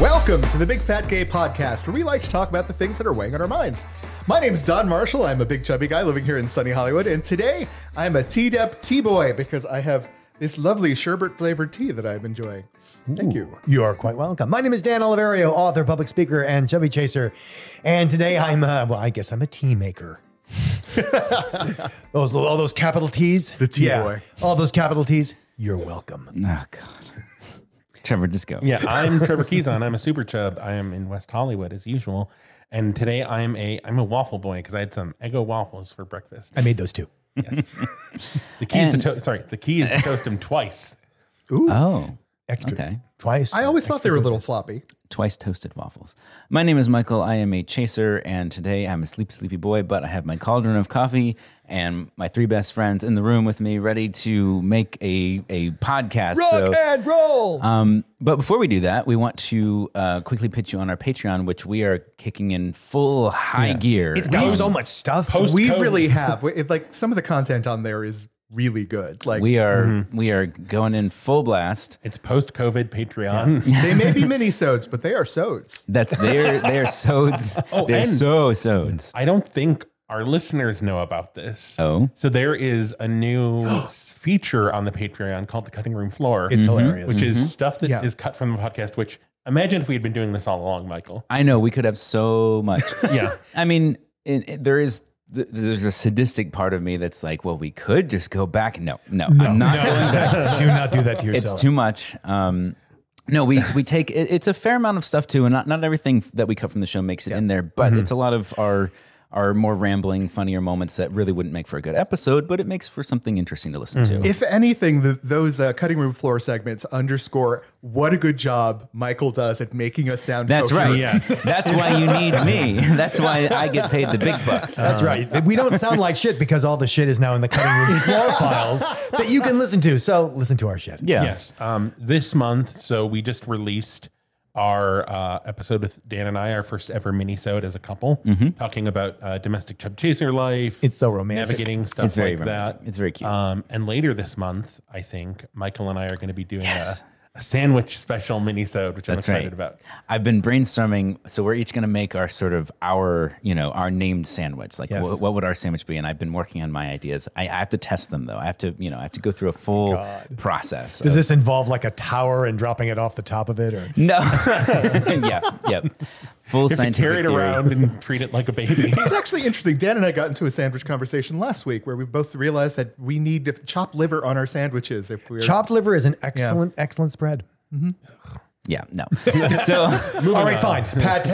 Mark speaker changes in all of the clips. Speaker 1: welcome to the Big Fat Gay Podcast, where we like to talk about the things that are weighing on our minds. My name is Don Marshall. I'm a big chubby guy living here in sunny Hollywood, and today I'm a teed up tea boy because I have this lovely sherbet flavored tea that I'm enjoying. Thank you.
Speaker 2: You are quite welcome. My name is Dan Oliverio, author, public speaker, and chubby chaser. And today I'm, uh, well, I guess I'm a tea maker. those all those capital T's, the
Speaker 1: tea boy.
Speaker 2: all those capital T's. You're welcome.
Speaker 3: Oh God, Trevor, just go.
Speaker 4: Ah, Yeah, I'm Trevor Keyson. I'm a super chub. I am in West Hollywood as usual, and today I'm a I'm a waffle boy because I had some Eggo waffles for breakfast.
Speaker 2: I made those two.
Speaker 4: The key is
Speaker 3: And-
Speaker 4: to to- sorry, the key is to toast them twice.
Speaker 3: Oh,
Speaker 2: Extra
Speaker 3: Okay.
Speaker 2: twice.
Speaker 1: I always thought they were a little floppy.
Speaker 3: twice toasted waffles. My name is Michael. I am a chaser, and today I'm a sleepy, sleepy boy. But I have my cauldron of coffee and my three best friends in the room with me, ready to make a a podcast. so,
Speaker 2: and roll.
Speaker 3: Um, but before we do that, we want to uh, quickly pitch you on our Patreon, which we are kicking in full high gear.
Speaker 2: it's got so much stuff.
Speaker 4: Post-
Speaker 1: We
Speaker 4: Post-COVID.
Speaker 1: really have. we- It, like some of the content on there is really good. Like
Speaker 3: we are
Speaker 4: Mm-hmm.
Speaker 3: we are going in full blast.
Speaker 4: It's post COVID Patreon.
Speaker 1: they may be mini sodes, but they are sodes.
Speaker 3: That's their their sods.
Speaker 4: Oh,
Speaker 3: they're
Speaker 4: and-
Speaker 3: so sods.
Speaker 4: I don't think our listeners know about this.
Speaker 3: Oh.
Speaker 4: so there is a new s- feature on the Patreon called the Cutting Room Floor.
Speaker 3: Mm-hmm.
Speaker 4: Mm-hmm.
Speaker 2: It's hilarious.
Speaker 4: which is stuff that is
Speaker 1: Yeah.
Speaker 4: cut from the podcast. Which imagine if we had been doing this all along, Michael.
Speaker 3: I know we could have so much.
Speaker 4: Yeah.
Speaker 3: I mean, it, it- there is th- there's a sadistic part of me that's like, well, we could just go back. No, no, I'm not going back.
Speaker 2: do not do that to
Speaker 3: It's
Speaker 2: yourself.
Speaker 3: too much. Um, no, we we take it, it's a fair amount of stuff too, and not not everything that we cut from the show makes it in there, but it's a lot of our our more rambling, funnier moments that really wouldn't make for a good episode, but it makes for something interesting to listen to.
Speaker 1: If anything, the, those uh, cutting room floor segments underscore what a good job Michael does at making us sound.
Speaker 3: That's
Speaker 1: coherent.
Speaker 3: right.
Speaker 4: Yes.
Speaker 3: That's why you need me. That's why I get paid the big bucks.
Speaker 2: That's right. We don't sound like shit because all the shit is now in the cutting room floor files that you can listen to. So listen to our shit.
Speaker 3: Yeah.
Speaker 4: Yes. Um, this month, so we just released our uh, episode with Dan and I, our first ever mini-sode as a couple,
Speaker 3: Mm-hmm.
Speaker 4: talking about uh, domestic chub chaser life.
Speaker 2: It's so romantic.
Speaker 4: navigating stuff
Speaker 3: It's very
Speaker 4: like
Speaker 3: romantic.
Speaker 4: that.
Speaker 3: It's very cute.
Speaker 4: Um, and later this month, I think Michael and I are going to be doing
Speaker 3: Yes.
Speaker 4: a, a sandwich special mini-sode, which
Speaker 3: That's
Speaker 4: I'm
Speaker 3: right.
Speaker 4: excited about.
Speaker 3: I've been brainstorming. So we're each going to make our sort of our, you know, our named sandwich. Like,
Speaker 4: Yes.
Speaker 3: wh- what would our sandwich be? And I've been working on my ideas. I, I have to test them though. I have to, you know, I have to go through a full process.
Speaker 2: Does
Speaker 3: of-
Speaker 2: this involve like a tower and dropping it off the top of it, or
Speaker 3: no. yeah. Yep. Full
Speaker 4: You have to
Speaker 3: scientific
Speaker 4: carry it
Speaker 3: theory.
Speaker 4: around and treat it like a baby.
Speaker 1: It's actually interesting. Dan and I got into a sandwich conversation last week where we both realized that we need to chop liver on our sandwiches if we're
Speaker 2: chopped liver is an excellent, excellent spread.
Speaker 3: Yeah. No. so
Speaker 2: all right, fine. Pate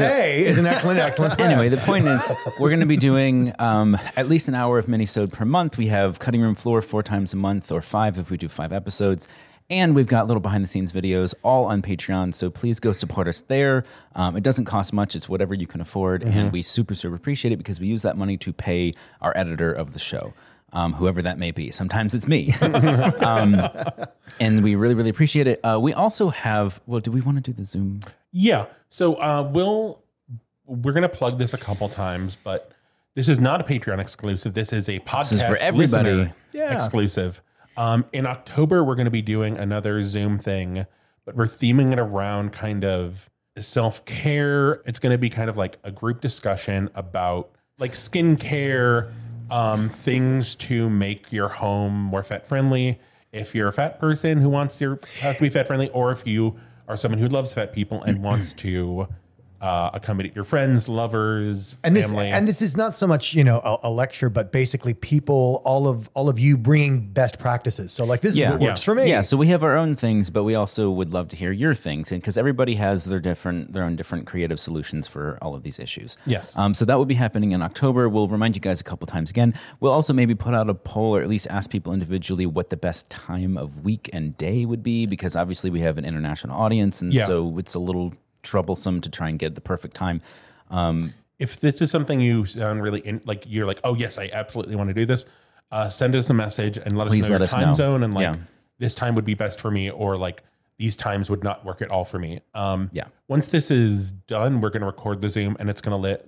Speaker 2: is an excellent, excellent spread.
Speaker 3: Anyway, the point is, we're going to be doing um, at least an hour of minisode per month. We have cutting room floor four times a month, or five if we do five episodes. And we've got little behind the scenes videos all on Patreon. So please go support us there. Um, it doesn't cost much, it's whatever you can afford. And we super, super appreciate it because we use that money to pay our editor of the show. Um, whoever that may be. Sometimes it's me. um, and we really, really appreciate it. Uh, we also have, well, do we want to do the Zoom?
Speaker 4: Yeah. So uh, we'll we're gonna plug this a couple times, but this is not a Patreon exclusive. This is a podcast
Speaker 3: is for everybody.
Speaker 4: listener
Speaker 1: Yeah.
Speaker 4: exclusive. Um, in October, we're gonna be doing another Zoom thing, but we're theming it around kind of self care. It's gonna be kind of like a group discussion about like skincare, um, things to make your home more fat friendly. If you're a fat person who wants your house to be fat friendly, or if you are someone who loves fat people and wants to uh, accommodate your friends, lovers,
Speaker 2: and this
Speaker 4: family.
Speaker 2: and this is not so much you know a, a lecture, but basically people, all of all of you bringing best practices. So like this is what
Speaker 3: Yeah.
Speaker 2: works for me.
Speaker 3: Yeah, so we have our own things, but we also would love to hear your things, and because everybody has their different, their own different creative solutions for all of these issues.
Speaker 4: Yes.
Speaker 3: Um, so that will be happening in October. We'll remind you guys a couple times again. We'll also maybe put out a poll, or at least ask people individually what the best time of week and day would be, because obviously we have an international audience, and
Speaker 4: Yeah.
Speaker 3: so it's a little troublesome to try and get the perfect time. Um,
Speaker 4: if this is something you sound really in, like, you're like, oh yes, I absolutely want to do this. Uh, send us a message and let
Speaker 3: Please
Speaker 4: us know
Speaker 3: let
Speaker 4: your
Speaker 3: us
Speaker 4: time
Speaker 3: know.
Speaker 4: zone and like
Speaker 3: Yeah.
Speaker 4: this time would be best for me or like these times would not work at all for me. Um,
Speaker 3: Yeah.
Speaker 4: Once this is done, we're going to record the Zoom and it's going to let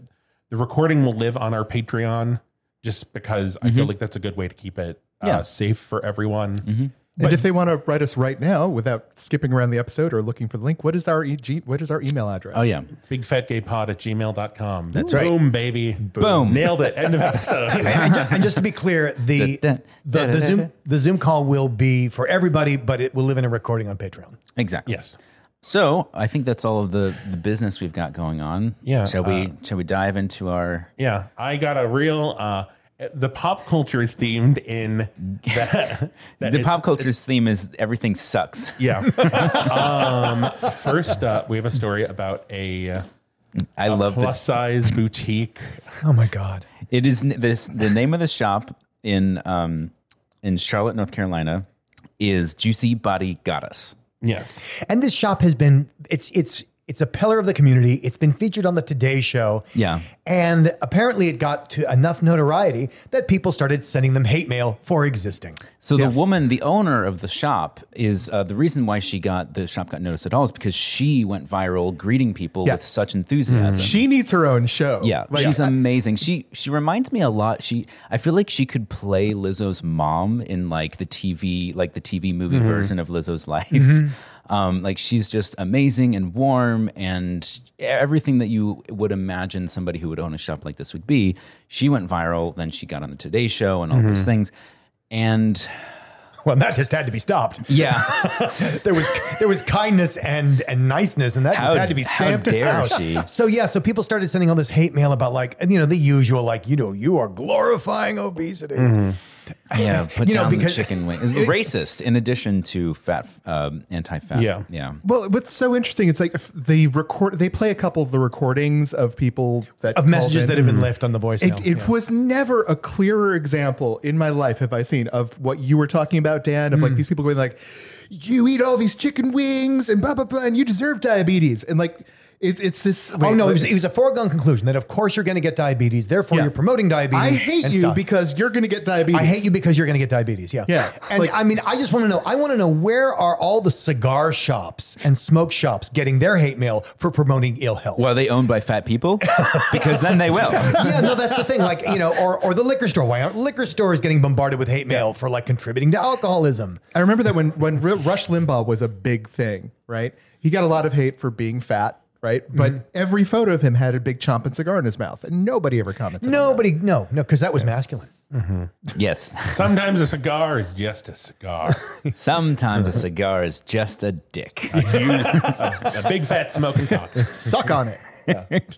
Speaker 4: the recording will live on our Patreon just because I feel like that's a good way to keep it uh,
Speaker 3: Mm-hmm. Yeah. Mm-hmm.
Speaker 4: safe for everyone.
Speaker 1: and if they want to write us right now without skipping around the episode or looking for the link, what is our e- g- what is our email address?
Speaker 3: Oh yeah,
Speaker 4: bigfatgaypod at gmail.com. That's
Speaker 3: right.
Speaker 4: Boom, baby.
Speaker 3: Boom.
Speaker 4: Nailed it. End of episode.
Speaker 2: and, ju- and just to be clear, the
Speaker 3: Dun, dun,
Speaker 2: the, the
Speaker 3: dun,
Speaker 2: Zoom
Speaker 3: dun.
Speaker 2: the Zoom call will be for everybody, but it will live in a recording on Patreon.
Speaker 3: exactly.
Speaker 4: yes.
Speaker 3: So I think that's all of the, the business we've got going on.
Speaker 4: Yeah,
Speaker 3: Shall we? shall we dive into our?
Speaker 4: Yeah. I got a real, uh, the pop culture is themed in that. that
Speaker 3: The
Speaker 4: it's-
Speaker 3: pop culture's theme is everything sucks.
Speaker 4: Yeah. um, first up, we have a story about a uh,
Speaker 3: I love
Speaker 4: plus
Speaker 3: that.
Speaker 4: size boutique.
Speaker 2: Oh my God!
Speaker 3: It is n- this the name of the shop in um in Charlotte, North Carolina, is Juicy Body Goddess.
Speaker 4: Yes.
Speaker 2: And this shop has been it's it's it's a pillar of the community. It's been featured on the Today Show.
Speaker 3: Yeah.
Speaker 2: And apparently, it got to enough notoriety that people started sending them hate mail for existing.
Speaker 3: So the woman, the owner of the shop, is uh, the reason why she got the shop got noticed at all is because she went viral greeting people
Speaker 1: Yeah.
Speaker 3: with such enthusiasm.
Speaker 1: She needs her own show.
Speaker 3: Yeah,
Speaker 1: Like,
Speaker 3: she's amazing. She she reminds me a lot. She I feel like she could play Lizzo's mom in like the TV like the TV movie version of Lizzo's life. Um, like she's just amazing and warm and everything that you would imagine somebody who would own a shop like this would be. She went viral. Then she got on the Today Show and all those things. And
Speaker 2: Well, that just had to be stopped.
Speaker 3: yeah,
Speaker 2: There was there was kindness and and niceness, and that just
Speaker 3: How-
Speaker 2: had to be
Speaker 3: how
Speaker 2: stamped
Speaker 3: dare
Speaker 2: out.
Speaker 3: she.
Speaker 2: So yeah, so people started sending all this hate mail about like you know the usual like you know you are glorifying obesity.
Speaker 1: Mm-hmm.
Speaker 3: yeah. Put
Speaker 2: You know,
Speaker 3: down
Speaker 2: because-
Speaker 3: the chicken wing. Racist. In addition to fat, um, anti-fat.
Speaker 4: Yeah.
Speaker 3: yeah.
Speaker 1: Well, what's so interesting? It's like if they record. They play a couple of the recordings of people that
Speaker 2: Of
Speaker 1: called
Speaker 2: messages
Speaker 1: in.
Speaker 2: that have been left on the voicemail.
Speaker 1: It, it was never a clearer example in my life have I seen of what you were talking about, Dan, of like
Speaker 2: Mm.
Speaker 1: these people going like, "You eat all these chicken wings and blah blah blah, and you deserve diabetes," and like it, it's this.
Speaker 2: oh
Speaker 1: wait,
Speaker 2: no, it
Speaker 1: like-
Speaker 2: was, it was a foregone conclusion that of course you're going to get diabetes. Therefore,
Speaker 1: Yeah.
Speaker 2: you're promoting diabetes.
Speaker 1: I hate
Speaker 2: and
Speaker 1: you
Speaker 2: stuff.
Speaker 1: because you're going to get diabetes.
Speaker 2: I hate you because you're going to get diabetes. Yeah.
Speaker 1: Yeah.
Speaker 2: And
Speaker 1: Like-
Speaker 2: I mean, I just want to know. I want to know where are all the cigar shops and smoke shops getting their hate mail for promoting ill health?
Speaker 3: Well, are they owned by fat people? because then they will.
Speaker 2: yeah, no, that's the thing. Like, you know, or or the liquor store. Why aren't liquor stores getting bombarded with hate mail for like contributing to alcoholism?
Speaker 1: I remember that when when Ru- Rush Limbaugh was a big thing, right? He got a lot of hate for being fat, right? But
Speaker 2: Mm-hmm.
Speaker 1: every photo of him had a big chomping cigar in his mouth, and nobody ever commented. on
Speaker 2: Nobody, no, no, because that was masculine.
Speaker 3: Yes.
Speaker 4: Sometimes a cigar is just a cigar.
Speaker 3: Sometimes a cigar is just a dick.
Speaker 4: a big fat smoking cock.
Speaker 1: that. Suck on it.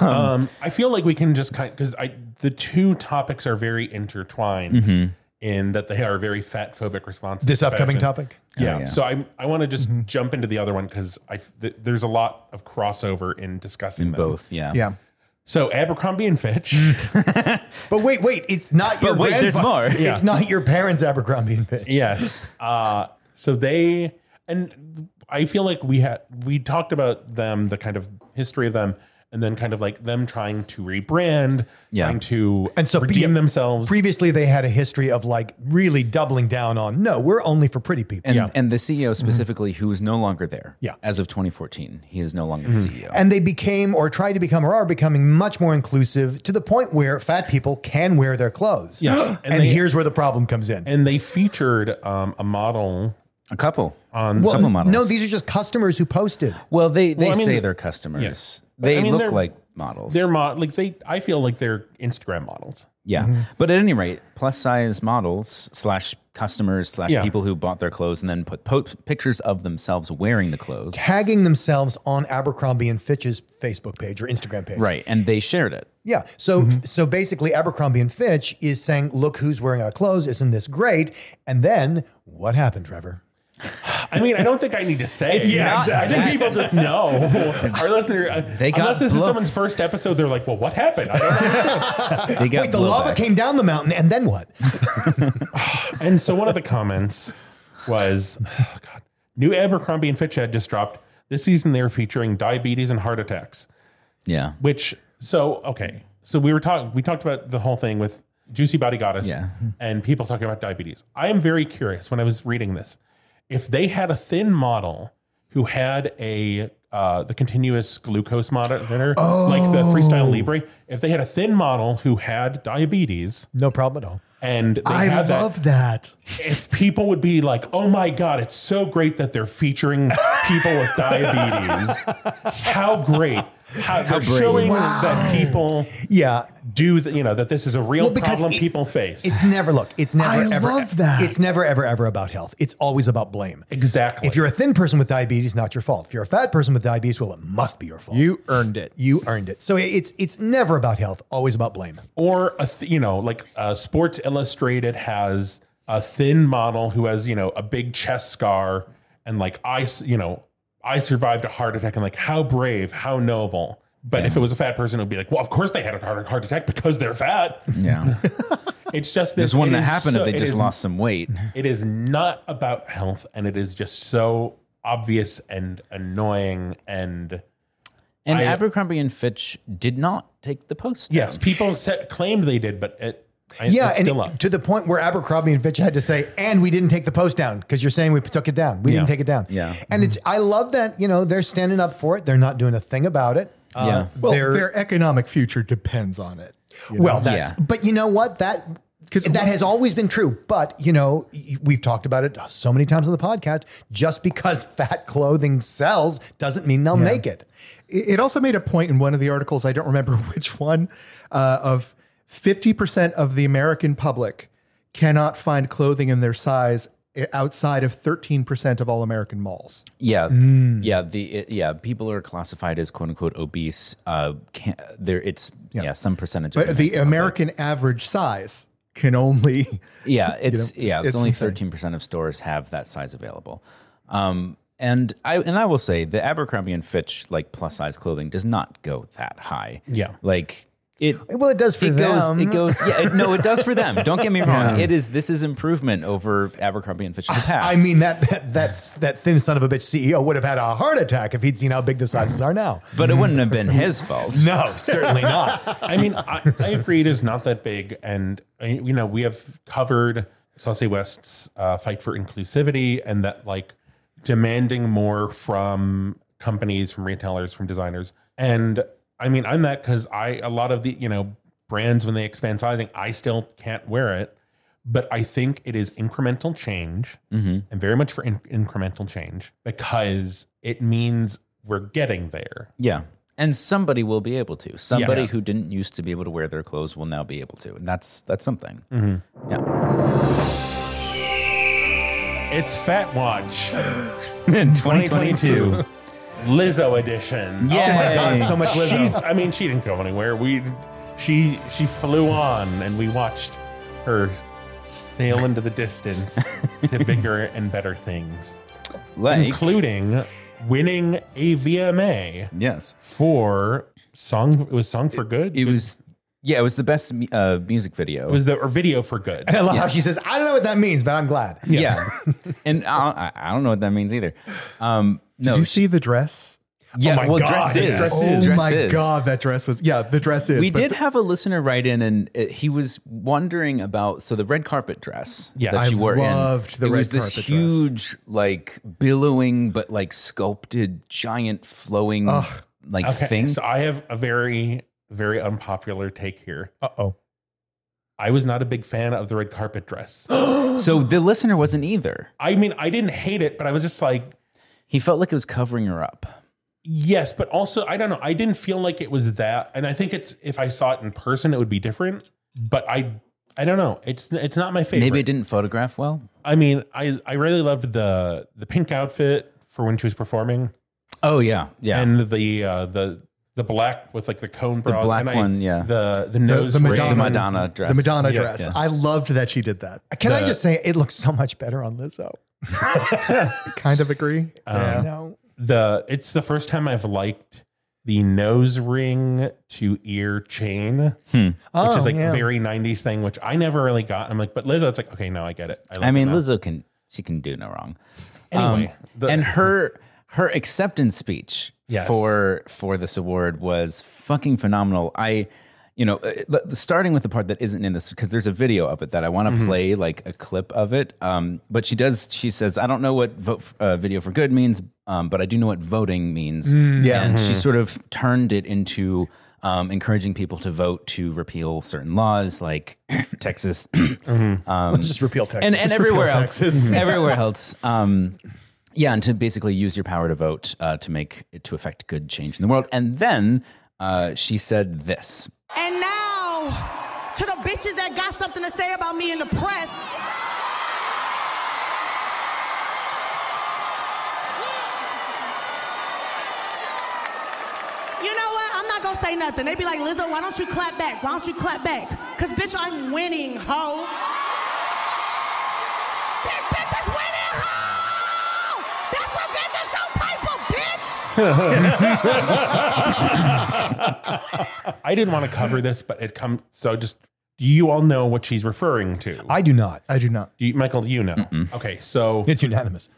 Speaker 4: Um, I feel like we can just kind because I the two topics are very intertwined in that they are very fat phobic responses.
Speaker 2: This
Speaker 4: to
Speaker 2: upcoming
Speaker 4: fashion.
Speaker 2: topic?
Speaker 4: Yeah.
Speaker 3: yeah.
Speaker 4: So I I want to just jump into the other one because I th- there's a lot of crossover in discussing them.
Speaker 3: Both, yeah.
Speaker 1: Yeah.
Speaker 4: So Abercrombie and Fitch.
Speaker 3: Mm.
Speaker 2: But wait, wait, it's not your
Speaker 3: wait, there's
Speaker 2: grandpa-
Speaker 3: more.
Speaker 2: It's not your parents' Abercrombie and Fitch.
Speaker 4: yes. Uh, so they and I feel like we had we talked about them, the kind of history of them, and then kind of like them trying to rebrand,
Speaker 3: Yeah.
Speaker 4: trying to
Speaker 2: And so
Speaker 4: redeem
Speaker 2: yeah,
Speaker 4: themselves.
Speaker 2: Previously, they had a history of like really doubling down on no, we're only for pretty people.
Speaker 3: And, and the CEO specifically, who is no longer there.
Speaker 2: Yeah.
Speaker 3: As of 2014, he is no longer
Speaker 4: Mm-hmm.
Speaker 3: the E CEO.
Speaker 2: And they became, or tried to become, or are becoming much more inclusive to the point where fat people can wear their clothes.
Speaker 4: Yes.
Speaker 2: And,
Speaker 4: And they-
Speaker 2: here's where the problem comes in.
Speaker 4: and they featured um, a model.
Speaker 3: a couple.
Speaker 4: On-
Speaker 3: a couple models.
Speaker 2: no, these are just customers who posted.
Speaker 3: well, they, they
Speaker 4: Well, I mean-
Speaker 3: say they're customers.
Speaker 4: Yeah.
Speaker 3: They
Speaker 4: I mean,
Speaker 3: look
Speaker 4: they're-
Speaker 3: like models.
Speaker 4: They're mo- like they. I feel like they're Instagram models.
Speaker 3: yeah.
Speaker 4: Mm-hmm.
Speaker 3: But at any rate, plus size models slash customers slash
Speaker 4: Yeah.
Speaker 3: people who bought their clothes and then put po- pictures of themselves wearing the clothes.
Speaker 2: tagging themselves on Abercrombie and Fitch's Facebook page or Instagram page.
Speaker 3: Right. And they shared it.
Speaker 2: Yeah. So so basically Abercrombie and Fitch is saying, look who's wearing our clothes, isn't this great? And then what happened, Trevor?
Speaker 4: I mean, I don't think I need to say.
Speaker 3: not
Speaker 4: exactly. I think people just know. Our listener,
Speaker 3: They got
Speaker 4: unless this is
Speaker 3: blown-
Speaker 4: someone's first episode, they're like, "Well, what happened?" I don't
Speaker 3: They got
Speaker 2: Wait, the lava
Speaker 3: blowback.
Speaker 2: came down the mountain and then what?
Speaker 4: And so one of the comments was, oh God, new Abercrombie and Fitch had just dropped this season. They're featuring diabetes and heart attacks,
Speaker 3: Yeah.
Speaker 4: which so okay. So we were talking. We talked about the whole thing with Juicy Body Goddess
Speaker 3: Yeah.
Speaker 4: and people talking about diabetes. I am very curious when I was reading this if they had a thin model who had a uh, the continuous glucose monitor,
Speaker 2: Oh.
Speaker 4: like the Freestyle Libre. If they had a thin model who had diabetes,
Speaker 2: No problem at all.
Speaker 4: And they
Speaker 2: I
Speaker 4: had that-
Speaker 2: love that.
Speaker 4: if people would be like, oh my God, it's so great that they're featuring people with diabetes. How great. How, they're
Speaker 3: brave.
Speaker 4: showing that people
Speaker 2: Yeah.
Speaker 4: do, th- you know, that this is a real
Speaker 2: Well, because
Speaker 4: problem
Speaker 2: it-
Speaker 4: people face.
Speaker 2: It's never look. It's never
Speaker 1: I
Speaker 2: ever.
Speaker 1: love that.
Speaker 2: It's never ever ever about health. It's always about blame.
Speaker 4: exactly.
Speaker 2: If you're a thin person with diabetes, not your fault. If you're a fat person with diabetes, well, it must be your fault.
Speaker 1: You earned it.
Speaker 2: You earned it. So it- it's it's never about health. Always about blame.
Speaker 4: or a th- you know like uh, sports illustrated has a thin model who has you know a big chest scar and like i s- you know i survived a heart attack and like how brave how noble but if it was a fat person it would be like well of course they had a heart, heart attack because they're fat
Speaker 3: Yeah.
Speaker 4: it's just this
Speaker 3: There's one
Speaker 4: it
Speaker 3: that
Speaker 4: is
Speaker 3: happened
Speaker 4: so-
Speaker 3: if
Speaker 4: it
Speaker 3: they just
Speaker 4: is-
Speaker 3: lost some weight.
Speaker 4: it is not about health and it is just so obvious and annoying and
Speaker 3: And
Speaker 4: I-
Speaker 3: Abercrombie and Fitch did not take the post.
Speaker 4: yes um, people said, claimed they did but it I-
Speaker 2: Yeah,
Speaker 4: it's
Speaker 2: and
Speaker 4: still up
Speaker 2: to the point where Abercrombie and Fitch had to say, "And we didn't take the post down because you're saying we took it down. We didn't take it down."
Speaker 3: Yeah.
Speaker 2: and it's I love that you know they're standing up for it. They're not doing a thing about it. Uh,
Speaker 3: Yeah.
Speaker 1: Well,
Speaker 2: they're-
Speaker 1: their economic future depends on it. you know?
Speaker 2: Well, that's
Speaker 3: Yeah.
Speaker 2: but you know what that
Speaker 1: 'Cause-
Speaker 2: that has always been true. But you know y- we've talked about it so many times on the podcast. Just because fat clothing sells doesn't mean they'll make it.
Speaker 1: It it also made a point in one of the articles, I don't remember which one, uh, of 50% of the American public cannot find clothing in their size i- outside of 13% of all American malls.
Speaker 3: Yeah, yeah. The it, yeah, people are classified as quote unquote obese. Uh, can't, there it's yeah. some percentage. of
Speaker 1: But
Speaker 3: them.
Speaker 1: the American average size can only.
Speaker 3: yeah, it's
Speaker 1: know,
Speaker 3: yeah, it's,
Speaker 1: it's
Speaker 3: only
Speaker 1: insane.
Speaker 3: thirteen percent of stores have that size available. Um, and I and I will say the Abercrombie and Fitch like plus size clothing does not go that high.
Speaker 4: Yeah.
Speaker 3: like it.
Speaker 2: Well, it does for
Speaker 3: It goes.
Speaker 2: them.
Speaker 3: It goes. Yeah. It, no, it does for them. Don't get me wrong. It is. This is improvement over Abercrombie and Fitch in the
Speaker 2: I
Speaker 3: past.
Speaker 2: mean that, that that's that thin son of a bitch CEO would have had a heart attack if he'd seen how big the sizes are now.
Speaker 3: but it wouldn't have been his fault.
Speaker 2: No, certainly not.
Speaker 4: I mean, I, I agree. It is not that big, and I- you know, we have covered Saucy West's uh, fight for inclusivity and that like demanding more from companies, from retailers, from designers. And I mean, I'm that because I a lot of the you know brands when they expand sizing, I still can't wear it. But I think it is incremental change, and very much for in- incremental change because it means we're getting there.
Speaker 3: Yeah. And somebody will be able to. Somebody
Speaker 4: Yes.
Speaker 3: who didn't used to be able to wear their clothes will now be able to. And that's that's something. Yeah.
Speaker 4: It's Fat Watch.
Speaker 3: In
Speaker 4: 2022 Lizzo edition.
Speaker 3: Yeah.
Speaker 2: Oh my god, so much Lizzo.
Speaker 4: She's, I mean, she didn't go anywhere. We, she, she flew on, and we watched her sail into the distance to bigger and better things,
Speaker 3: Like
Speaker 4: including winning a VMA
Speaker 3: yes.
Speaker 4: for song. It was song for good.
Speaker 3: It was yeah, it was the best mu- uh, music video.
Speaker 4: It was the or video for good.
Speaker 2: I love how she says, "I don't know what that means, but I'm glad."
Speaker 3: yeah. and I, I I don't know what that means either. Um no.
Speaker 1: Did you see the dress?
Speaker 3: yeah,
Speaker 4: my
Speaker 3: well
Speaker 4: God,
Speaker 3: dress is.
Speaker 4: yes.
Speaker 3: Dress
Speaker 1: Oh
Speaker 3: is.
Speaker 1: my
Speaker 3: Dress is.
Speaker 1: God, that dress was. Yeah, the dress is.
Speaker 3: We
Speaker 1: but
Speaker 3: did have a listener write in, and uh he was wondering about so the red carpet dress
Speaker 4: Yes.
Speaker 3: that she
Speaker 4: I
Speaker 3: wore. in,
Speaker 1: loved the
Speaker 3: it was
Speaker 1: red
Speaker 3: this
Speaker 1: carpet dress.
Speaker 3: huge, like billowing but like sculpted, giant flowing like thing.
Speaker 4: So I have a very, very unpopular take here.
Speaker 2: Uh oh.
Speaker 4: I was not a big fan of the red carpet dress.
Speaker 3: So the listener wasn't either.
Speaker 4: I mean, I didn't hate it, but I was just like,
Speaker 3: He felt like it was covering her up.
Speaker 4: Yes, but also I don't know. I didn't feel like it was that, and I think it's if I saw it in person, it would be different. But I, I don't know. It's it's not my favorite.
Speaker 3: Maybe it didn't photograph well.
Speaker 4: I mean, I I really loved the the pink outfit for when she was performing,
Speaker 3: Oh yeah, yeah.
Speaker 4: and the uh, the the black with like the cone bras,
Speaker 3: black
Speaker 4: and I,
Speaker 3: one, yeah.
Speaker 4: The the nose ring.
Speaker 3: Madonna- Madonna dress.
Speaker 1: The Madonna
Speaker 4: Yeah,
Speaker 1: dress.
Speaker 3: yeah.
Speaker 1: I loved that she did that. I
Speaker 2: Can I just say it looks so much better on Lizzo?
Speaker 1: kind of agree.
Speaker 2: You know?
Speaker 4: the it's the first time I've liked the nose ring to ear chain, which
Speaker 2: Oh,
Speaker 4: is like
Speaker 2: yeah.
Speaker 4: a very '90s thing, which I never really got. I'm like, but Lizzo, it's like okay, now I get it. like
Speaker 3: I mean,
Speaker 4: it now.
Speaker 3: Lizzo can she can do no wrong. Um,
Speaker 4: Anyway, the-
Speaker 3: and her her acceptance speech
Speaker 4: Yes.
Speaker 3: for for this award was fucking phenomenal. I, you know, uh, the- the- starting with the part that isn't in this because there's a video of it that I want to play like a clip of it. Um, but she does. She says, "I don't know what vote f- uh, video for good means, um, but I do know what voting means." yeah, and she sort of turned it into. um, encouraging people to vote to repeal certain laws like Texas
Speaker 1: um,
Speaker 2: Let's just repeal Texas.
Speaker 3: and, and
Speaker 2: Just
Speaker 3: everywhere
Speaker 2: repeal
Speaker 3: else,
Speaker 1: Mm-hmm.
Speaker 2: Texas.
Speaker 3: everywhere else. Um, yeah, and to basically use your power to vote uh, to make to affect good change in the world. And then uh, she said this.
Speaker 5: And now, to the bitches that got something to say about me in the press. You know what? I'm not gonna say nothing. They be like, Lizzo, why don't you clap back? Why don't you clap back? Cause bitch, I'm winning, ho. This bitch is winning, ho! That's what bitches show people, bitch!
Speaker 4: I didn't want to cover this, but it comes. So just, do you all know what she's referring to?
Speaker 2: I do not.
Speaker 1: I do not.
Speaker 4: do you, Michael, do you know? Okay, so
Speaker 2: It's unanimous.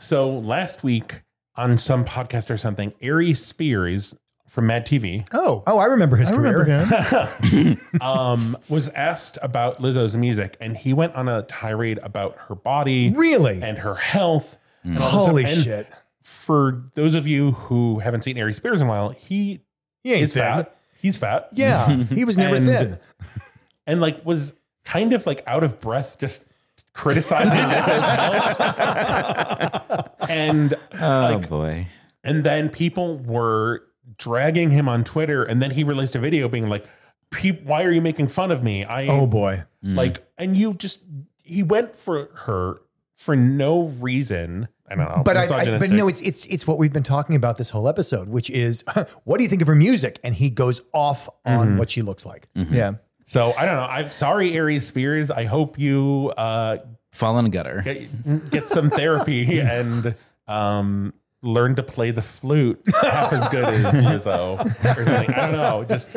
Speaker 4: so last week on some podcast or something, Ari Spears from Mad TV
Speaker 1: Oh,
Speaker 2: Oh, I remember his
Speaker 1: I
Speaker 2: career.
Speaker 1: remember him.
Speaker 4: um, was asked about Lizzo's music, and he went on a tirade about her body,
Speaker 2: Really?
Speaker 4: and her health. and all this stuff.
Speaker 2: Holy
Speaker 4: And
Speaker 2: shit.
Speaker 4: For those of you who haven't seen Ari Spears in a while, he
Speaker 2: He ain't
Speaker 4: is
Speaker 2: thin.
Speaker 4: fat. He's fat.
Speaker 2: Yeah, he was never
Speaker 4: And-
Speaker 2: thin.
Speaker 4: and like was kind of like out of breath, just criticizing this as hell. and
Speaker 3: Oh
Speaker 4: like,
Speaker 3: boy.
Speaker 4: and then people were dragging him on Twitter, and then he released a video being like, "Peep, why are you making fun of me?" I
Speaker 2: Oh boy.
Speaker 4: like, and you just he went for her for no reason. I don't know,
Speaker 2: But I, I but
Speaker 4: misogynistic.
Speaker 2: no, it's it's it's what we've been talking about this whole episode, which is what do you think of her music? And he goes off on what she looks like.
Speaker 1: Yeah.
Speaker 4: so I don't know. I'm sorry, Aries Spears. I hope you uh,
Speaker 3: Fall in a gutter.
Speaker 4: get, get some therapy and um, learn to play the flute half as good as Lizzo or something. I don't know. Just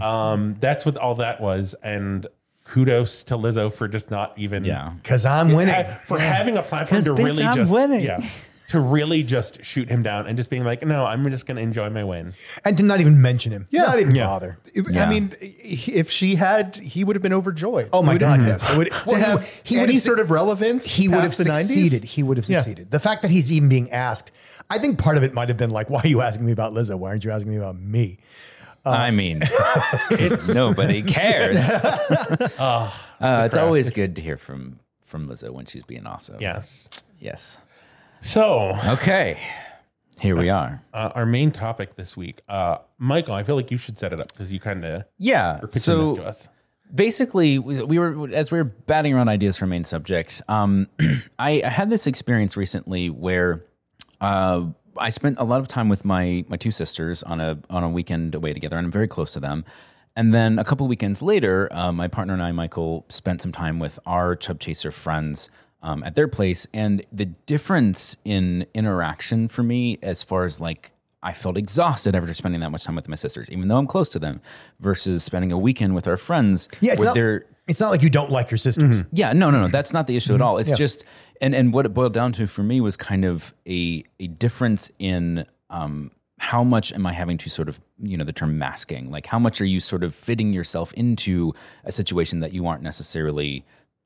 Speaker 4: um, that's what all that was. And kudos to Lizzo for just not even
Speaker 3: Yeah.
Speaker 2: Cause I'm winning.
Speaker 4: ha- for having a platform
Speaker 3: 'Cause,
Speaker 4: to
Speaker 3: bitch,
Speaker 4: really
Speaker 3: I'm
Speaker 4: just
Speaker 3: winning.
Speaker 4: yeah to really just shoot him down and just being like, no, I'm just gonna enjoy my win.
Speaker 2: and to not even mention him.
Speaker 1: Yeah.
Speaker 2: Not even
Speaker 4: Yeah.
Speaker 2: bother.
Speaker 1: If-
Speaker 3: Yeah.
Speaker 1: I mean, if she had, he would have been overjoyed.
Speaker 2: Oh my
Speaker 1: Would-
Speaker 2: God, yes. It would-
Speaker 1: to
Speaker 2: well, he-
Speaker 1: have
Speaker 2: he would
Speaker 1: any
Speaker 2: have-
Speaker 1: sort of relevance,
Speaker 2: He would have
Speaker 1: past the 90s?
Speaker 2: succeeded. He would have
Speaker 1: Yeah.
Speaker 2: succeeded. The fact that he's even being asked, I think part of it might have been like, why are you asking me about Lizzo? Why aren't you asking me about me?
Speaker 3: I mean, 'cause nobody cares. uh, it's always good to hear from from Lizzo when she's being awesome.
Speaker 4: Yes.
Speaker 3: Yes.
Speaker 4: So
Speaker 3: Okay. Here we are.
Speaker 4: uh, our main topic this week, uh, Michael, I feel like you should set it up because you kind of
Speaker 3: Yeah.
Speaker 4: pitching this to us.
Speaker 3: basically we we were as we were batting around ideas for main subject um, I, I had this experience recently where uh, i spent a lot of time with my my two sisters on a on a weekend away together and i'm very close to them and then a couple weekends later uh, my partner and i michael spent some time with our chub chaser friends um, at their place and the difference in interaction for me as far as like I felt exhausted after spending that much time with my sisters, even though I'm close to them, versus spending a weekend with our friends
Speaker 2: Yeah, it's
Speaker 3: where
Speaker 2: not,
Speaker 3: they're
Speaker 2: it's not like you don't like your sisters.
Speaker 3: yeah, no, no, no. That's not the issue at all. It's just and and what it boiled down to for me was kind of a a difference in um how much am I having to sort of you know the term masking like how much are you sort of fitting yourself into a situation that you aren't necessarily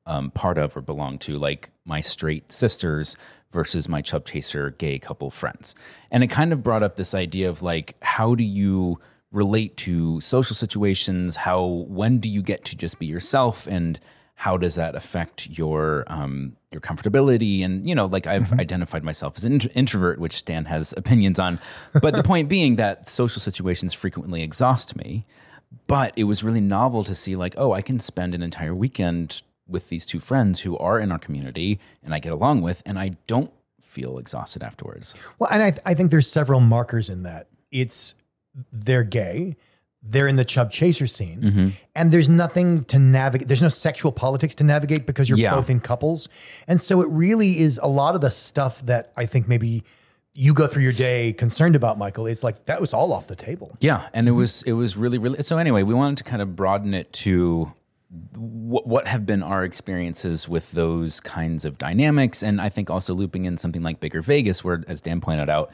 Speaker 3: um, part of or belong to like my straight sisters versus my chub chaser gay couple friends and it kind of brought up this idea of like how do you relate to social situations how when do you get to just be yourself and how does that affect your um, your comfortability and you know like i've identified myself as an int- introvert which stan has opinions on but the point being that social situations frequently exhaust me but it was really novel to see like oh i can spend an entire weekend with these two friends who are in our community and i get along with and i don't feel exhausted afterwards
Speaker 2: Well, and I, I think there's several markers in that. It's they're gay, they're in the chub chaser scene, and there's nothing to navigate. There's no sexual politics to navigate because you're
Speaker 3: Yeah.
Speaker 2: both in couples, and so it really is a lot of the stuff that I think maybe you go through your day concerned about, Michael. It's like that was all off the table.
Speaker 3: Yeah, and it was it was really really so. Anyway, we wanted to kind of broaden it to what what have been our experiences with those kinds of dynamics, and I think also looping in something like Bigger Vegas, where as Dan pointed out,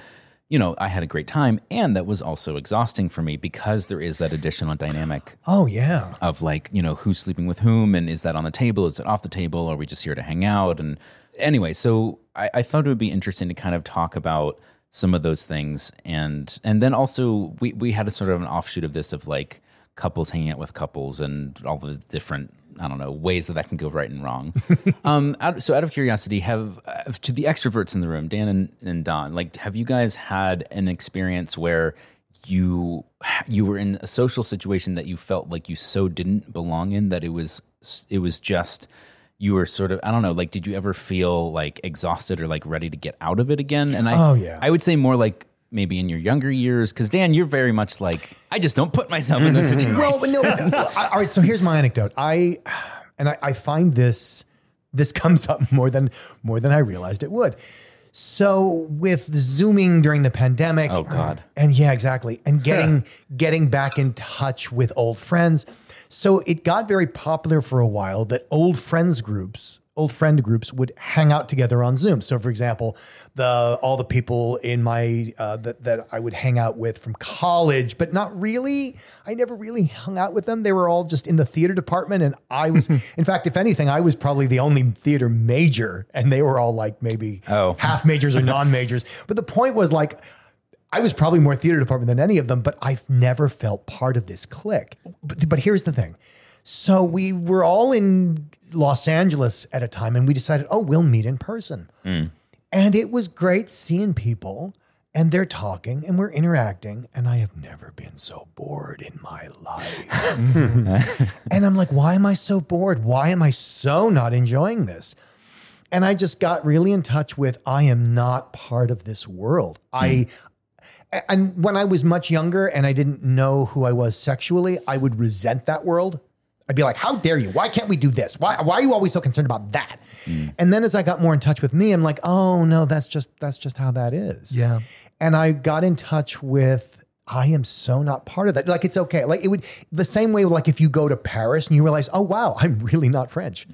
Speaker 3: you know, I had a great time, and that was also exhausting for me because there is that additional dynamic
Speaker 2: Oh yeah,
Speaker 3: of like you know who's sleeping with whom and is that on the table is it off the table are we just here to hang out and anyway so i, I thought it would be interesting to kind of talk about some of those things and and then also we we had a sort of an offshoot of this of like couples hanging out with couples and all the different I don't know ways that that can go right and wrong. um, out, so out of curiosity, have uh, to the extroverts in the room, Dan and, and Don, like have you guys had an experience where you you were in a social situation that you felt like you so didn't belong in that it was it was just you were sort of I don't know like did you ever feel like exhausted or like ready to get out of it again and I
Speaker 2: Oh, yeah.
Speaker 3: I would say more like maybe in your younger years cuz Dan you're very much like I just don't put myself in this situation
Speaker 2: Well, but no. I- all right. So here's my anecdote. I and I, I find this this comes up more than more than I realized it would. So with zooming during the pandemic,
Speaker 3: Oh, God.
Speaker 2: and yeah, exactly, and getting getting back in touch with old friends. So it got very popular for a while that old friends groups, old friend groups, would hang out together on Zoom. So for example, the all the people in my uh, that that I would hang out with from college, but not really. I never really hung out with them. They were all just in the theater department, and I was, in fact, if anything, I was probably the only theater major, and they were all like maybe
Speaker 3: Oh.
Speaker 2: half majors or non majors. But the point was like. I was probably more theater department than any of them, but I've never felt part of this clique. But, but here's the thing. So we were all in Los Angeles at a time and we decided, oh, we'll meet in person. And it was great seeing people and they're talking and we're interacting. And I have never been so bored in my life. and I'm like, why am I so bored? Why am I so not enjoying this? And I just got really in touch with I am not part of this world. I and when I was much younger and I didn't know who I was sexually, I would resent that world. I'd be like, "How dare you? Why can't we do this? Why why are you always so concerned about that?" And then as I got more in touch with me, I'm like, "Oh no, that's just that's just how that is."
Speaker 1: Yeah.
Speaker 2: And I got in touch with I am so not part of that. Like it's okay. Like it would the same way like if you go to Paris and you realize, "Oh wow, I'm really not French."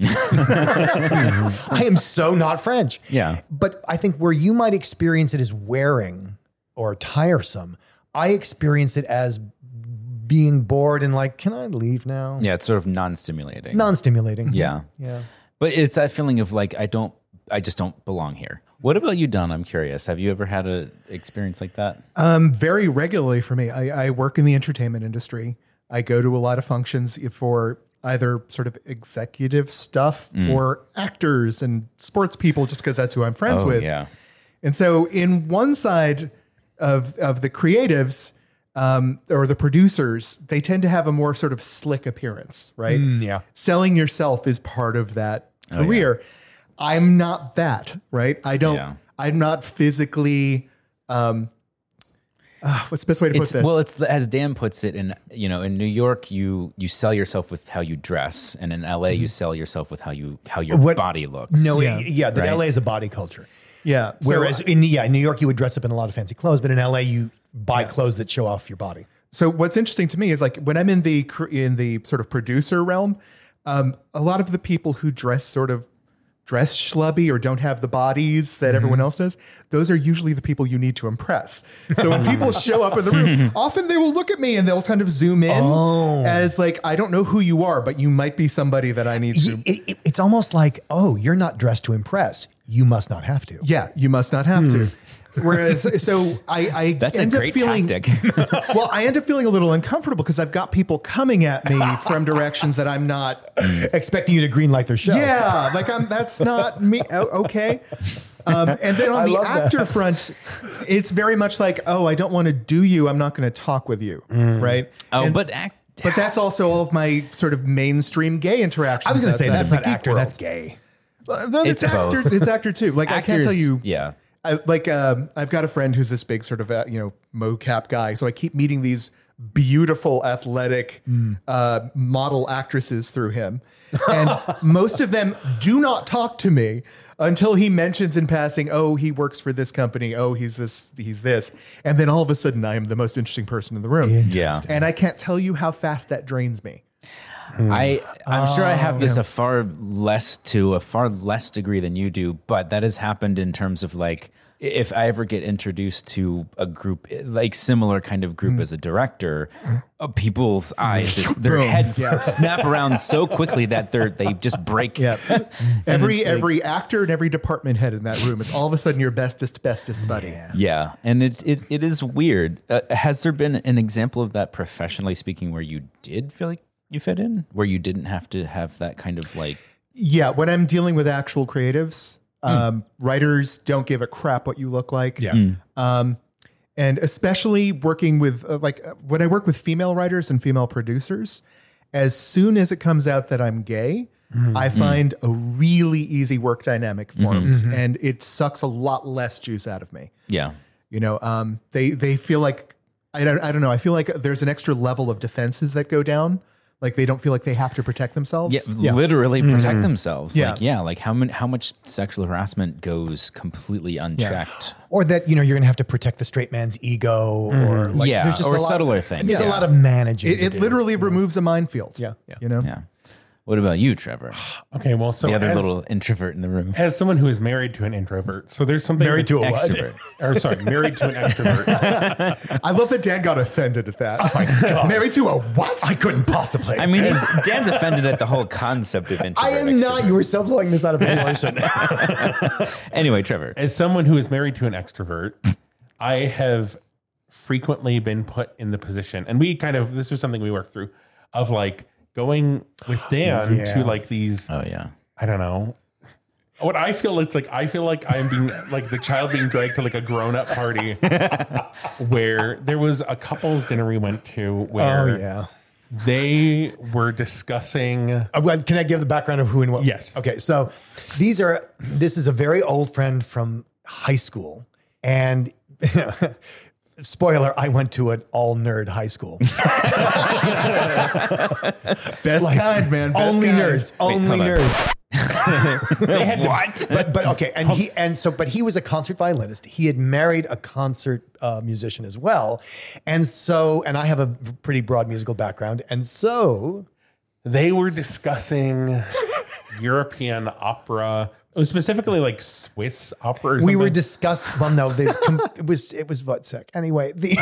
Speaker 2: I am so not French.
Speaker 3: Yeah.
Speaker 2: But I think where you might experience it as wearing or tiresome, I experience it as being bored and like, can I leave now?
Speaker 3: Yeah, it's sort of non-stimulating.
Speaker 2: Non-stimulating.
Speaker 3: Yeah.
Speaker 2: Yeah.
Speaker 3: But it's that feeling of like I don't I just don't belong here. What about you, Don? I'm curious. Have you ever had a experience like that?
Speaker 1: very regularly for me. I, I work in the entertainment industry. I go to a lot of functions for either sort of executive stuff or actors and sports people, just because that's who I'm friends
Speaker 3: Oh,
Speaker 1: with.
Speaker 3: yeah.
Speaker 1: And so, in one side of of the creatives um, or the producers, they tend to have a more sort of slick appearance, right?
Speaker 4: yeah.
Speaker 1: selling yourself is part of that
Speaker 3: Oh,
Speaker 1: career. I'm not that, right? I don't.
Speaker 3: Yeah.
Speaker 1: I'm not physically. Um, ah, what's the best way to
Speaker 3: It's,
Speaker 1: put this?
Speaker 3: well, it's the, as Dan puts it in you know in New York you you sell yourself with how you dress, and in LA you sell yourself with how you how your
Speaker 2: What-
Speaker 3: body looks.
Speaker 2: No,
Speaker 1: Yeah.
Speaker 2: yeah, yeah that
Speaker 3: Right.
Speaker 2: LA is a body culture.
Speaker 1: yeah. So
Speaker 2: Whereas in yeah, in New York you would dress up in a lot of fancy clothes, but in LA you buy clothes that show off your body.
Speaker 1: so what's interesting to me is like when I'm in the cr- in the sort of producer realm, um, a lot of the people who dress sort of dress schlubby or don't have the bodies that everyone else does, those are usually the people you need to impress. So when people show up in the room, often they will look at me and they'll kind of zoom in as like I don't know who you are, but you might be somebody that I need to.
Speaker 2: It- it- it's almost like, oh, you're not dressed to impress. You must not have to.
Speaker 1: Yeah, you must not have
Speaker 2: Hmm.
Speaker 1: to. Whereas, so I, I
Speaker 3: That's a
Speaker 1: end
Speaker 3: great
Speaker 1: up feeling,
Speaker 3: tactic.
Speaker 1: well, I end up feeling a little uncomfortable because I've got people coming at me from directions that I'm not.
Speaker 2: Expecting you to green light their show.
Speaker 1: Yeah, like I'm. That's not me. Oh, okay. Um, and then on the
Speaker 2: love that.
Speaker 1: actor front, it's very much like, oh, I don't want to do you. I'm not going to talk with you,
Speaker 2: Hmm.
Speaker 1: right?
Speaker 3: oh,
Speaker 1: And-
Speaker 3: but act,
Speaker 1: but that's also all of my sort of mainstream gay interactions.
Speaker 2: I was going to say
Speaker 1: outside
Speaker 2: that's
Speaker 1: of the
Speaker 2: not
Speaker 1: geek
Speaker 2: actor,
Speaker 1: world.
Speaker 2: that's gay.
Speaker 1: Well, no, it's,
Speaker 3: It's
Speaker 1: actor.
Speaker 3: both.
Speaker 1: It's actor too. Like I can't tell
Speaker 3: actors-
Speaker 1: you.
Speaker 3: Yeah,
Speaker 1: I, like um, I've got a friend who's this big sort of uh, you know mocap guy, so I keep meeting these beautiful athletic uh, model actresses through him, and most of them do not talk to me until he mentions in passing, "Oh, he works for this company. Oh, he's this, he's this," and then all of a sudden, I am the most interesting person in the room.
Speaker 3: yeah.
Speaker 1: And I can't tell you how fast that drains me. Mm.
Speaker 3: I I'm sure I
Speaker 1: Oh,
Speaker 3: have this a far less to a far less degree than you do, but that has happened in terms of like if I ever get introduced to a group like similar kind of group as a director, uh, people's eyes just their
Speaker 1: Mm. Boom.
Speaker 3: heads snap around so quickly that they're they just break.
Speaker 1: Yeah. every
Speaker 3: it's like-
Speaker 1: every actor and every department head in that room is all of a sudden your bestest bestest buddy.
Speaker 3: Yeah, and it it, it is weird. Uh, has there been an example of that professionally speaking where you did feel like you fit in, where you didn't have to have that kind of like
Speaker 1: Yeah, when I'm dealing with actual creatives, um, writers don't give a crap what you look like.
Speaker 4: Yeah.
Speaker 1: Um, and especially working with uh, like uh, when I work with female writers and female producers, as soon as it comes out that I'm gay, I find a really easy work dynamic forms, and it sucks a lot less juice out of me.
Speaker 3: yeah
Speaker 1: You know, um, they they feel like I don't I don't know. I feel like there's an extra level of defenses that go down. Like they don't feel like they have to protect themselves.
Speaker 3: yeah, literally
Speaker 2: Mm-hmm.
Speaker 3: protect themselves.
Speaker 1: Yeah.
Speaker 3: Like yeah, like how many how much sexual harassment goes completely unchecked.
Speaker 2: or that you know you're going to have to protect the straight man's ego, or like,
Speaker 3: Mm-hmm. Yeah,
Speaker 2: there's just
Speaker 3: or
Speaker 2: a lot,
Speaker 3: subtler things,
Speaker 2: There's
Speaker 3: yeah.
Speaker 2: a lot of managing.
Speaker 1: It,
Speaker 2: to
Speaker 1: it
Speaker 2: do.
Speaker 1: literally removes a minefield.
Speaker 2: Yeah, yeah.
Speaker 1: You know?
Speaker 3: Yeah. What about you, Trevor?
Speaker 4: Okay, well, so
Speaker 3: The other
Speaker 4: as,
Speaker 3: little introvert in the room.
Speaker 4: as someone who is married to an introvert, so there's something
Speaker 2: Married to a what?
Speaker 3: Extrovert.
Speaker 4: or sorry, married to an extrovert.
Speaker 1: I love that Dan got offended at that. Oh my God. Married to a what?
Speaker 2: I couldn't possibly.
Speaker 3: I mean, he's, Dan's offended at the whole concept of introvert.
Speaker 2: I am not.
Speaker 3: extrovert.
Speaker 2: You were so blowing this out of proportion.
Speaker 3: Anyway, Trevor.
Speaker 4: as someone who is married to an extrovert, I have frequently been put in the position, and we kind of this is something we work through of like going with Dan
Speaker 2: Yeah.
Speaker 4: to like these
Speaker 3: Oh yeah.
Speaker 4: I don't know. What I feel it's like I feel like I'm being like the child being dragged to like a grown up party where there was a couples dinner we went to
Speaker 2: oh
Speaker 4: where
Speaker 2: yeah.
Speaker 4: they were discussing
Speaker 2: Uh, well, can I give the background of who and what?
Speaker 4: Yes.
Speaker 2: Okay. So these are, this is a very old friend from high school. And spoiler, I went to an all nerd high school.
Speaker 1: Best
Speaker 2: Like,
Speaker 1: kind, man. Best
Speaker 2: only
Speaker 1: kind.
Speaker 2: nerds. only
Speaker 3: hold on.
Speaker 2: nerds.
Speaker 4: they had what
Speaker 2: But, but okay. And he, and so, but he was a concert violinist. He had married a concert uh, musician as well. And so, and I have a pretty broad musical background. And so,
Speaker 4: they were discussing European opera. It was specifically like Swiss opera. or
Speaker 2: we were
Speaker 4: something.
Speaker 2: discussed. Well, no, they, com- it was it was Votsek. Anyway, the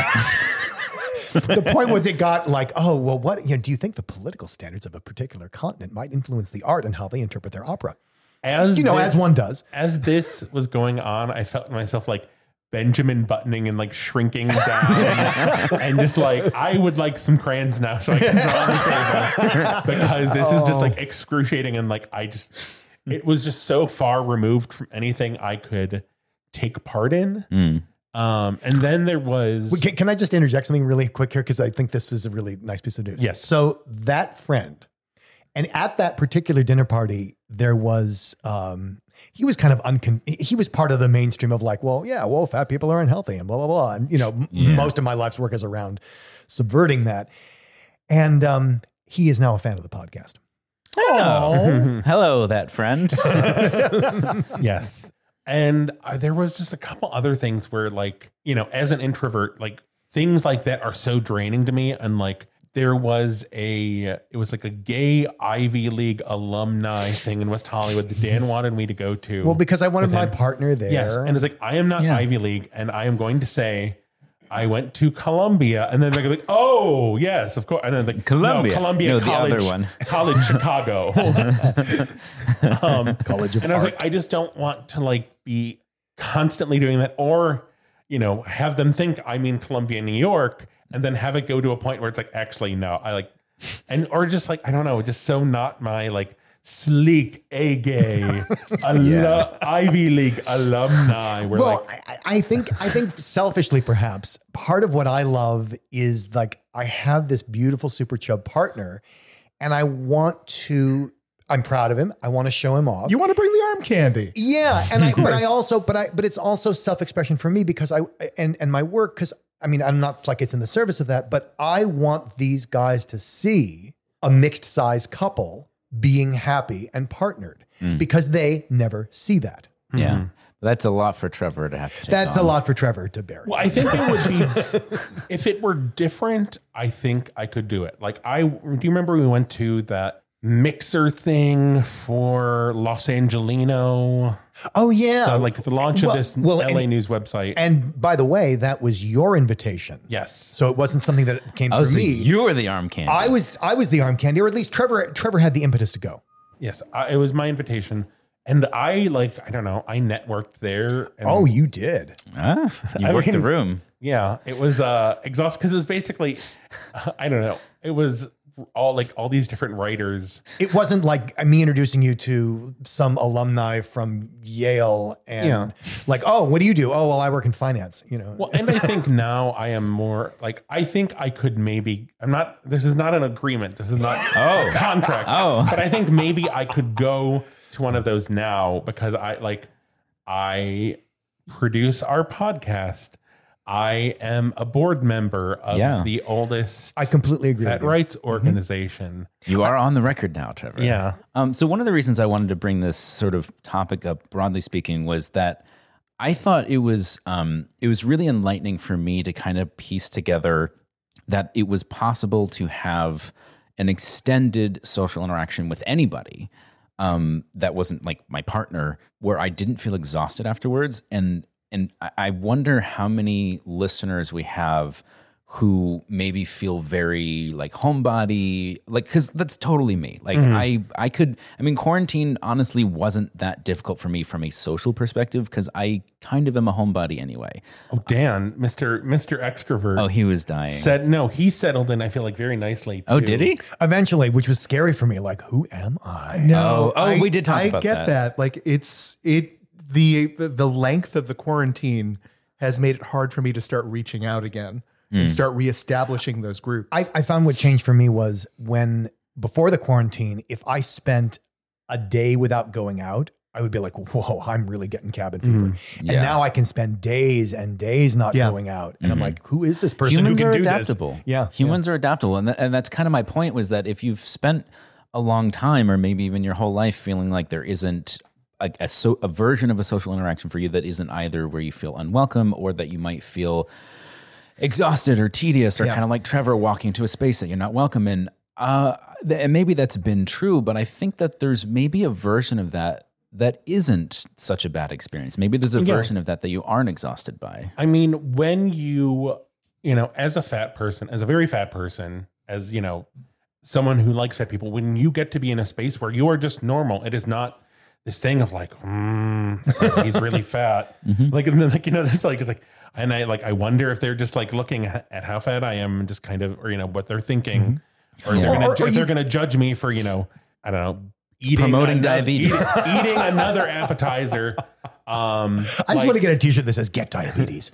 Speaker 2: the point was it got like, oh well, what you know, do you think the political standards of a particular continent might influence the art and how they interpret their opera?
Speaker 4: as
Speaker 2: you know, as one does.
Speaker 4: As this was going on, I felt myself like Benjamin buttoning and like shrinking down, and just like I would like some crayons now so I can draw on the table because this is just like
Speaker 2: Oh.
Speaker 4: excruciating and like I just it was just so far removed from anything I could take part in. Um, and then there was
Speaker 2: Can, can I just interject something really quick here because I think this is a really nice piece of news.
Speaker 4: Yes.
Speaker 2: So that friend, and at that particular dinner party, there was um, he was kind of uncon. He was part of the mainstream of like, well, yeah, well, fat people are unhealthy and blah blah blah. And you know, m- most of my life's work is around subverting that. And um, he is now a fan of the podcast.
Speaker 3: Oh, hello, that friend.
Speaker 2: Mm-hmm.
Speaker 4: yes. And uh, there was just a couple other things where, like, you know, as an introvert, like things like that are so draining to me. And like, there was a, it was like a gay Ivy League alumni thing in West Hollywood that Dan wanted me to go to.
Speaker 2: Well, because I wanted my partner there.
Speaker 4: Hmm. yes. And it's like, I am not
Speaker 3: Yeah.
Speaker 4: Ivy League, and I am going to say, I went to Columbia, and then they're like, "Oh, yes, of course." And then like,
Speaker 3: Columbia.
Speaker 4: no, Columbia,
Speaker 3: No, the
Speaker 4: College,
Speaker 3: other one.
Speaker 4: College Chicago. um,
Speaker 2: College of
Speaker 4: and I was
Speaker 2: Art.
Speaker 4: like, I just don't want to like be constantly doing that, or you know, have them think I mean Columbia, New York, and then have it go to a point where it's like, actually, no, I like, and or just like I don't know, just so not my like sleek a gay Ivy League alumni. Where
Speaker 2: well,
Speaker 4: like,
Speaker 2: I, I think I think selfishly, perhaps part of what I love is like I have this beautiful super chub partner, and I want to. I'm proud of him. I want to show him off.
Speaker 1: You want to bring the arm candy.
Speaker 2: yeah, and I, but I also, but I, but it's also self-expression for me because I and and my work because I mean I'm not like it's in the service of that, but I want these guys to see a mixed size couple being happy and partnered because they never see that.
Speaker 3: yeah, that's a lot for Trevor to have to. Take
Speaker 2: That's a
Speaker 3: on.
Speaker 2: lot for Trevor to bear.
Speaker 4: Well, I think it would be if it were different. I think I could do it. Like I do. You remember we went to that mixer thing for Los Angelino,
Speaker 2: Oh yeah,
Speaker 4: uh, like the launch
Speaker 2: Well-
Speaker 4: of this
Speaker 2: well,
Speaker 4: LA
Speaker 2: and-
Speaker 4: news website.
Speaker 2: And by the way, that was your invitation.
Speaker 4: yes.
Speaker 2: So it wasn't something that came
Speaker 3: Oh,
Speaker 2: through
Speaker 3: so
Speaker 2: me.
Speaker 3: you were the arm candy.
Speaker 2: I was I was the arm candy, or at least Trevor Trevor had the impetus to go.
Speaker 4: Yes. I, it was my invitation. And I like, I don't know, I networked there. And
Speaker 2: Oh, you did.
Speaker 3: Ah, you
Speaker 4: I
Speaker 3: worked the
Speaker 4: mean-
Speaker 3: room.
Speaker 4: Yeah, it was uh exhaust because it was basically I don't know. It was all like all these different writers.
Speaker 2: It wasn't like me introducing you to some alumni from Yale and
Speaker 4: Yeah.
Speaker 2: like, oh, what do you do? Oh, well, I work in finance. You know,
Speaker 4: Well, and I think now I am more like I think I could maybe I'm not this is not an agreement. This is not
Speaker 3: Oh.
Speaker 4: a contract.
Speaker 3: Oh.
Speaker 4: But I think maybe I could go to one of those now because I like I produce our podcast. I am a board member of
Speaker 3: Yeah. Mm-hmm.
Speaker 4: the oldest
Speaker 2: I completely agree.
Speaker 4: pet
Speaker 2: with you.
Speaker 4: rights organization.
Speaker 3: You are on the record now, Trevor.
Speaker 4: Yeah.
Speaker 3: Um, so one of the reasons I wanted to bring this sort of topic up, broadly speaking, was that I thought it was um, it was really enlightening for me to kind of piece together that it was possible to have an extended social interaction with anybody um, that wasn't like my partner, where I didn't feel exhausted afterwards, and and I- I wonder how many listeners we have who maybe feel very like homebody like because that's totally me like i i could i mean quarantine honestly wasn't that difficult for me from a social perspective because i kind of am a homebody anyway
Speaker 4: Oh, Dan, Mr. Mr. Extrovert.
Speaker 3: oh he was dying
Speaker 4: said no he settled in i feel like very nicely
Speaker 3: oh
Speaker 4: too.
Speaker 3: did he
Speaker 2: Eventually, which was scary for me. Like, who am I?
Speaker 3: oh, oh
Speaker 1: I-
Speaker 3: we did talk
Speaker 1: I
Speaker 3: about
Speaker 1: get
Speaker 3: that.
Speaker 1: that. Like it's it the, the the length of the quarantine has made it hard for me to start reaching out again
Speaker 3: Hmm.
Speaker 1: and start reestablishing those groups.
Speaker 2: I, I found what changed for me was when before the quarantine, if I spent a day without going out, I would be like, whoa, I'm really getting cabin fever. And
Speaker 3: Mm, Yeah.
Speaker 2: now I can spend days and days not
Speaker 1: Yeah.
Speaker 2: going out. And I'm like, who is this person
Speaker 3: Mm-hmm. humans
Speaker 2: who
Speaker 3: are
Speaker 2: can do
Speaker 3: adaptable.
Speaker 2: this? Yeah.
Speaker 3: humans are adaptable, and tha- and that's kind of my point was that if you've spent a long time or maybe even your whole life feeling like there isn't a, a so a version of a social interaction for you that isn't either where you feel unwelcome or that you might feel exhausted or tedious or kind of like Trevor walking to a space that you're not welcome in. Uh, th- and maybe that's been true, but I think that there's maybe a version of that that isn't such a bad experience. Maybe there's a version of that that you aren't exhausted by.
Speaker 4: i mean when you you know as a fat person as a very fat person as you know someone who likes fat people when you get to be in a space where you are just normal it is not this thing of like mm, he's really fat
Speaker 3: Mm-hmm.
Speaker 4: like and then like you know there's like it's like and i like i wonder if they're just like looking at at how fat i am and just kind of or you know what they're thinking
Speaker 3: Mm-hmm.
Speaker 4: or if they're gonna
Speaker 2: Or- or
Speaker 4: ju- if
Speaker 2: you-
Speaker 4: they're gonna judge me for you know i don't know eating
Speaker 3: Promoting
Speaker 4: another-
Speaker 3: diabetes.
Speaker 4: eating, eating another appetizer um
Speaker 2: I just
Speaker 4: like-
Speaker 2: want to get a t shirt that says, get diabetes.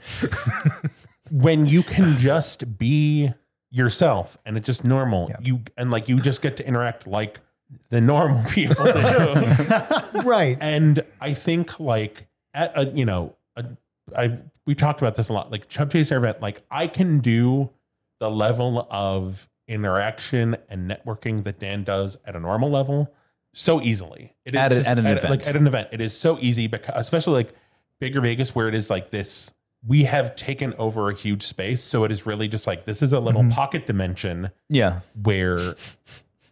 Speaker 4: when you can just be yourself and it's just normal you and like you just get to interact like the normal people do.
Speaker 2: right.
Speaker 4: and i think like at a you know a, i we talked about this a lot like chub chaser event like i can do the level of interaction and networking that dan does at a normal level so easily It is
Speaker 3: At a-
Speaker 4: just-
Speaker 3: at an
Speaker 4: like,
Speaker 3: event.
Speaker 4: at an event it is so easy because especially like bigger vegas where it is like this we have taken over a huge space so it is really just like this is a
Speaker 3: Mm-hmm.
Speaker 4: little pocket dimension
Speaker 3: Yeah.
Speaker 4: where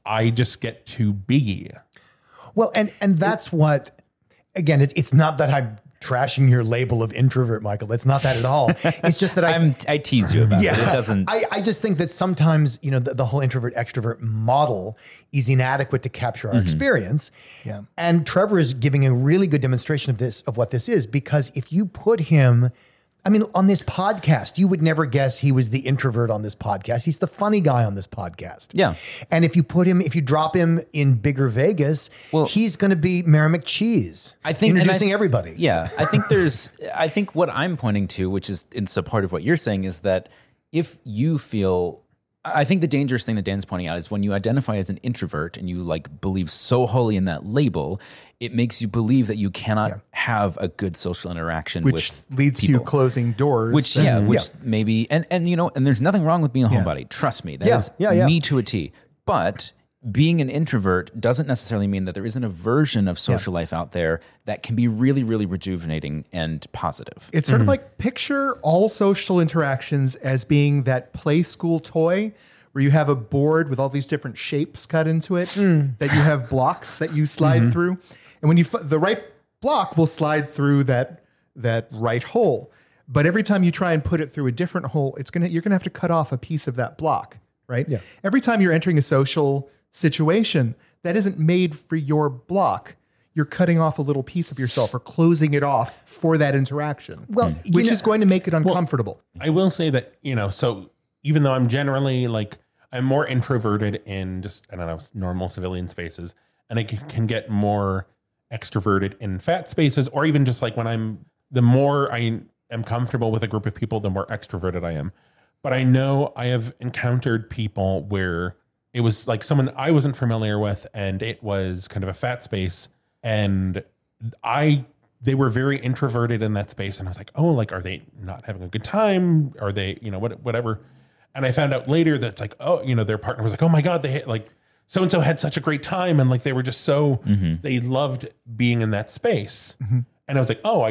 Speaker 4: i just get to be
Speaker 2: Well, and and that's what again, it's it's not that I'm trashing your label of introvert, Michael. It's not that at all. It's just that I
Speaker 3: I'm, I tease you about it. It doesn't.
Speaker 2: I, I just think that sometimes, you know, the, the whole introvert extrovert model is inadequate to capture
Speaker 3: Mm-hmm.
Speaker 2: our experience.
Speaker 1: Yeah.
Speaker 2: And Trevor is giving a really good demonstration of this, of what this is, because if you put him, I mean, on this podcast, you would never guess he was the introvert on this podcast. He's the funny guy on this podcast.
Speaker 3: Yeah.
Speaker 2: And if you put him, if you drop him in bigger Vegas,
Speaker 3: Well-
Speaker 2: he's going to be Mayor McCheese.
Speaker 3: I think- and I-
Speaker 2: introducing everybody.
Speaker 3: Yeah, I think there's. I think what I'm pointing to, which is it's a part of what you're saying, is that if you feel, I think the dangerous thing that Dan's pointing out is when you identify as an introvert and you like believe so wholly in that label, it makes you believe that you cannot have a good social interaction,
Speaker 1: which
Speaker 3: with
Speaker 1: leads
Speaker 3: people.
Speaker 1: to closing doors.
Speaker 3: Which
Speaker 1: that-
Speaker 3: yeah, which maybe and and you know, and there's nothing wrong with being a homebody. Trust me, that is
Speaker 2: Yeah, yeah, yeah.
Speaker 3: me to a T. But being an introvert doesn't necessarily mean that there isn't a version of social life out there that can be really, really rejuvenating and positive.
Speaker 1: It's sort of like picture all social interactions as being that play school toy where you have a board with all these different shapes cut into it that you have blocks that you slide through, and when you f- the right block will slide through that that right hole. But every time you try and put it through a different hole, it's gonna you're gonna have to cut off a piece of that block, right?
Speaker 2: Yeah.
Speaker 1: Every time you're entering a social situation that isn't made for your block, you're cutting off a little piece of yourself or closing it off for that interaction.
Speaker 2: Well, you
Speaker 1: which
Speaker 2: know-
Speaker 1: is going to make it uncomfortable.
Speaker 4: I will say that, you know, so even though I'm generally like, I'm more introverted in just, I don't know, normal civilian spaces, and I can can get more extroverted in fat spaces, or even just like when I'm, the more I am comfortable with a group of people, the more extroverted I am. But I know I have encountered people where it was like someone I wasn't familiar with, and it was kind of a fat space, and I they were very introverted in that space and i was like oh like are they not having a good time are they you know what, whatever and i found out later that's like oh you know their partner was like oh my god they had, like so and so had such a great time and like they were just so
Speaker 3: Mm-hmm.
Speaker 4: they loved being in that space and i was like oh i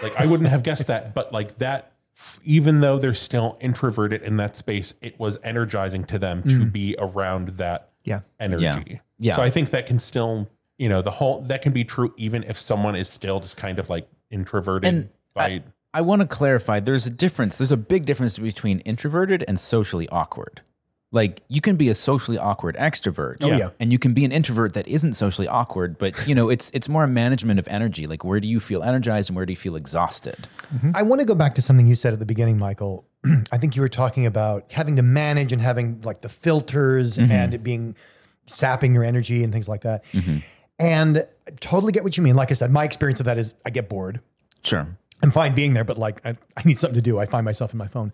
Speaker 4: like i wouldn't have guessed that but like that f- even though they're still introverted in that space it was energizing to them to be around that
Speaker 1: Yeah.
Speaker 4: energy
Speaker 3: Yeah.
Speaker 4: so I think that can still, you know, the whole that can be true even if someone is still just kind of like introverted
Speaker 3: And
Speaker 4: by
Speaker 3: I, I want to clarify there's a difference. There's a big difference between introverted and socially awkward. Like you can be a socially awkward extrovert.
Speaker 2: Oh, yeah.
Speaker 3: And you can be an introvert that isn't socially awkward, but you know, it's it's more a management of energy. Like where do you feel energized and where do you feel exhausted?
Speaker 2: I want to go back to something you said at the beginning, Michael. I think you were talking about having to manage and having like the filters and it being sapping your energy and things like that. And I totally get what you mean. Like I said, my experience of that is I get bored.
Speaker 3: Sure.
Speaker 2: I'm fine being there, but like I, I need something to do. I find myself in my phone.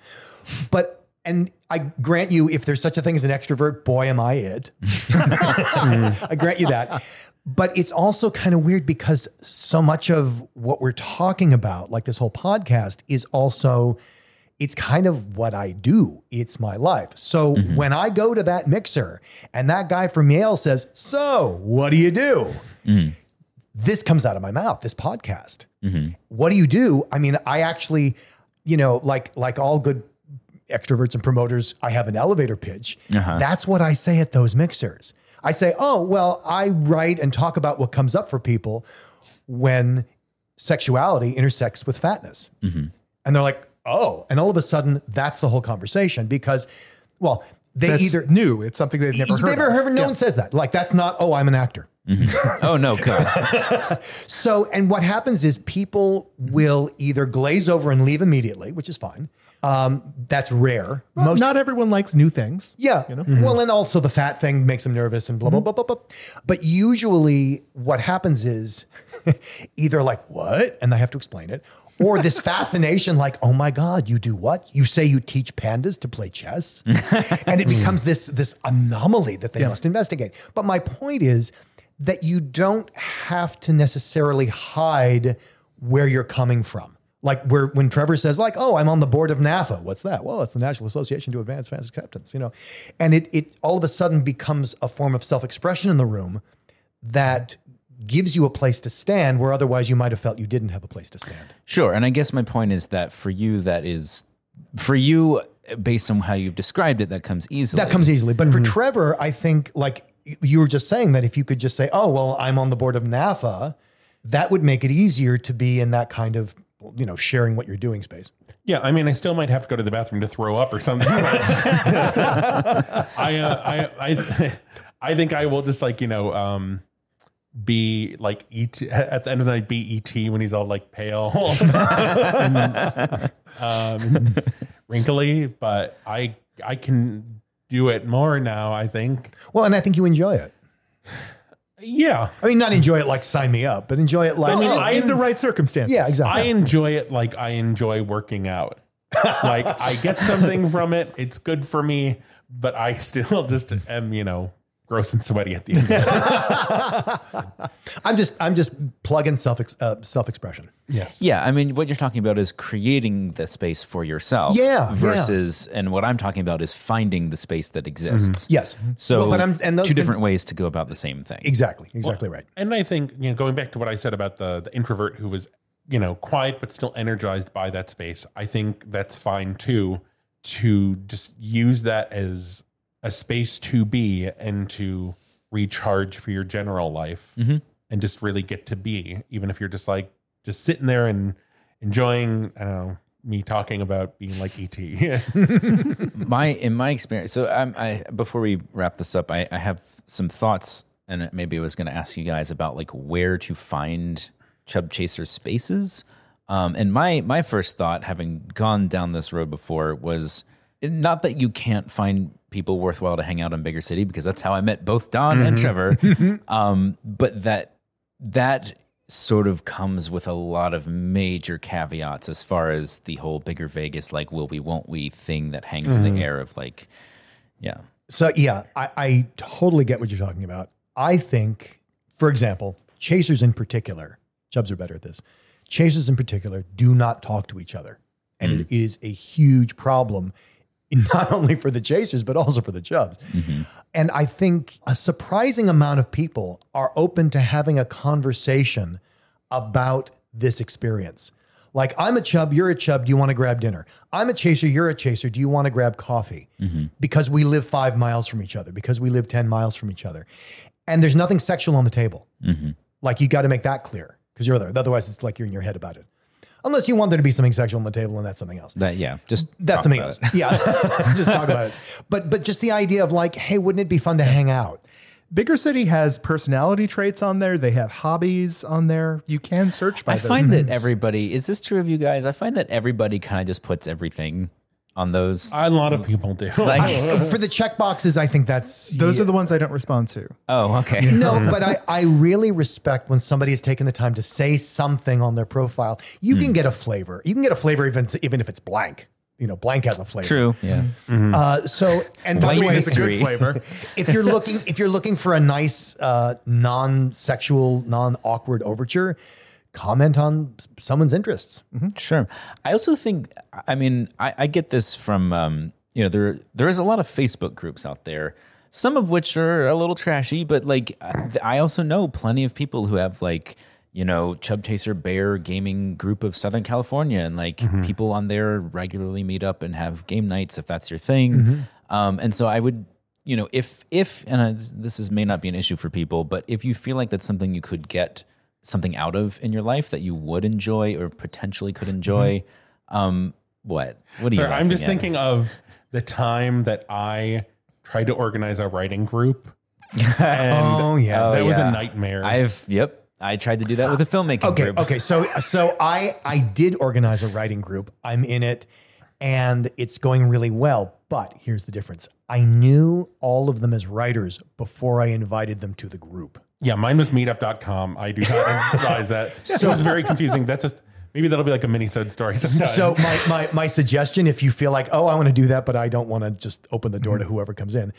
Speaker 2: But and I grant you, if there's such a thing as an extrovert, boy am I it. I grant you that. But it's also kind of weird because so much of what we're talking about, like this whole podcast, is also it's kind of what I do. It's my life. So when I go to that mixer and that guy from Yale says, So, what do you do? This comes out of my mouth, this podcast
Speaker 1: Mm-hmm.
Speaker 2: what do you do? I mean, I actually, you know, like like all good extroverts and promoters, I have an elevator pitch.
Speaker 1: Uh-huh.
Speaker 2: That's what I say at those mixers. I say, "Oh, well, I write and talk about what comes up for people when sexuality intersects with fatness."
Speaker 1: Mm-hmm.
Speaker 2: And they're like, "Oh," and all of a sudden, that's the whole conversation because, well, they
Speaker 1: That's
Speaker 2: either
Speaker 1: new. It's something they've never
Speaker 2: You've
Speaker 1: heard.
Speaker 2: never
Speaker 1: of.
Speaker 2: heard- no one says that. Like that's not. Oh, I'm an actor.
Speaker 3: Oh no, God.
Speaker 2: So, and what happens is people will either glaze over and leave immediately, which is fine. Um, that's rare.
Speaker 1: Well, not everyone likes new things.
Speaker 2: Yeah. Mm-hmm. Well, and also the fat thing makes them nervous and blah, blah, blah, blah, blah. But usually what happens is either like, what? And they have to explain it. Or this fascination, like, oh my God, you do what? You say you teach pandas to play chess. and it becomes this, this anomaly that they must investigate. But my point is that you don't have to necessarily hide where you're coming from. Like where when Trevor says, like, oh, I'm on the board of NAFA. What's that? Well, it's the National Association to Advance Fast Acceptance, you know. And it it all of a sudden becomes a form of self-expression in the room that gives you a place to stand where otherwise you might have felt you didn't have a place to stand.
Speaker 3: Sure. And I guess my point is that for you that is for you based on how you've described it, that comes easily.
Speaker 2: That comes easily. But for
Speaker 3: Mm-hmm.
Speaker 2: Trevor, I think like y- you were just saying that if you could just say, "Oh, well, I'm on the board of NAFA," that would make it easier to be in that kind of you know sharing what you're doing space.
Speaker 4: Yeah, I mean, I still might have to go to the bathroom to throw up or something. I, uh, I, I, I think I will just like you know, um, be like ET at the end of the night, be ET when he's all like pale, and, um, wrinkly. But I, I can do it more now. I think.
Speaker 2: Well, and I think you enjoy it.
Speaker 4: Yeah,
Speaker 2: I
Speaker 3: Mm-hmm.
Speaker 2: mean, not enjoy it like sign me up, but enjoy it like
Speaker 4: I mean,
Speaker 2: oh,
Speaker 4: I-
Speaker 1: in the right circumstances.
Speaker 2: yeah, exactly.
Speaker 4: I enjoy it like I enjoy working out. like I get something from it. It's good for me, but I still just am, you know, gross and sweaty at the end. Of it.
Speaker 2: I'm just I'm just plugging self ex- uh, self expression.
Speaker 4: yes.
Speaker 3: Yeah, I mean, what you're talking about is creating the space for yourself.
Speaker 2: Yeah, yeah.
Speaker 3: Versus, and what I'm talking about is finding the space that exists.
Speaker 2: Yes.
Speaker 3: So,
Speaker 2: Mm-hmm. Well, but I'm- and those
Speaker 3: two
Speaker 2: can-
Speaker 3: different ways to go about the same thing.
Speaker 2: Exactly. Exactly right.
Speaker 4: And I think, you know, going back to what I said about the the introvert who was, you know, quiet but still energized by that space, I think that's fine too to just use that as a space to be and to recharge for your general life
Speaker 2: Mm-hmm.
Speaker 4: and just really get to be, even if you're just like just sitting there and enjoying, I don't know, me talking about being like E ET.
Speaker 3: my in my experience so I'm, i before we wrap this up i, I have some thoughts and it- maybe i was going to ask you guys about like where to find chub chaser spaces um, and my my first thought having gone down this road before was not that you can't find people worthwhile to hang out in bigger city because that's how i met both don and trevor um, but that that sort of comes with a lot of major caveats as far as the whole bigger Vegas, like will we, won't we thing that hangs in the air of like, yeah.
Speaker 2: So yeah, I, I totally get what you're talking about. I think, for example, chasers in particular, chubs are better at this. Chasers in particular do not talk to each other, and it is a huge problem, not only for the chasers but also for the chubs. And I think a surprising amount of people are open to having a conversation about this experience. Like, I'm a chub, you're a chub, do you want to grab dinner? I'm a chaser, you're a chaser, do you want to grab coffee?
Speaker 3: Mm-hmm.
Speaker 2: Because we live five miles from each other, because we live 10 miles from each other. And there's nothing sexual on the table.
Speaker 3: Mm-hmm.
Speaker 2: Like, you got to make that clear because you're there. Otherwise, it's like you're in your head about it. Unless you want there to be something sexual on the table and that's something else.
Speaker 3: That, yeah. Just
Speaker 2: That's
Speaker 3: talk
Speaker 2: something
Speaker 3: about
Speaker 2: else.
Speaker 3: it.
Speaker 2: Yeah. just talk about it. But but just the idea of like, hey, wouldn't it be fun to hang out?
Speaker 1: Bigger City has personality traits on there. They have hobbies on there. You can search by
Speaker 3: I
Speaker 1: those
Speaker 3: find that
Speaker 1: things.
Speaker 3: everybody, is this true of you guys? I find that everybody kind of just puts everything on those.
Speaker 4: a lot of people do.
Speaker 3: Like,
Speaker 2: I- for the check boxes, I think that's
Speaker 1: those are the ones I don't respond to.
Speaker 3: oh, okay.
Speaker 2: No, but I, I really respect when somebody has taken the time to say something on their profile. You
Speaker 3: Hmm.
Speaker 2: can get a flavor. You can get a flavor even even if it's blank. You know, blank has a flavor.
Speaker 3: True. Yeah.
Speaker 2: Uh, so and by the
Speaker 3: Blank
Speaker 2: way,
Speaker 3: is a good Mystery.
Speaker 1: flavor.
Speaker 2: if you're looking if you're looking for a nice uh, non-sexual, non-awkward overture, comment on s- someone's interests.
Speaker 3: Sure. I also think, I mean, I, I get this from, um, you know, there there is a lot of Facebook groups out there, some of which are a little trashy, but like I I also know plenty of people who have like, you know, Chub Chaser Bear Gaming Group of Southern California, and like people on there regularly meet up and have game nights if that's your thing. Um, and so I would you know, if if and I- this is may not be an issue for people, but if you feel like that's something you could get something out of in your life that you would enjoy or potentially could enjoy, um, what? What do you?
Speaker 4: Mm-hmm. Sorry, I'm
Speaker 3: laughing
Speaker 4: just
Speaker 3: at?
Speaker 4: thinking of the time that I tried to organize a writing group. And
Speaker 2: Oh, yeah.
Speaker 4: that
Speaker 3: Oh,
Speaker 4: was
Speaker 3: yeah.
Speaker 4: a nightmare.
Speaker 3: I've yep. I tried to do that with a filmmaking
Speaker 2: Okay,
Speaker 3: group.
Speaker 2: okay. So so I I did organize a writing group. I'm in it and it's going really well, but here's the difference. I knew all of them as writers before I invited them to the group.
Speaker 4: yeah, mine was meetup.com. I do not advise that. So it was very confusing. That's just maybe that'll be like a mini sode story sometime.
Speaker 2: So my, my my suggestion if you feel like, "Oh, I want to do that, but I don't want to just open the door to whoever comes in."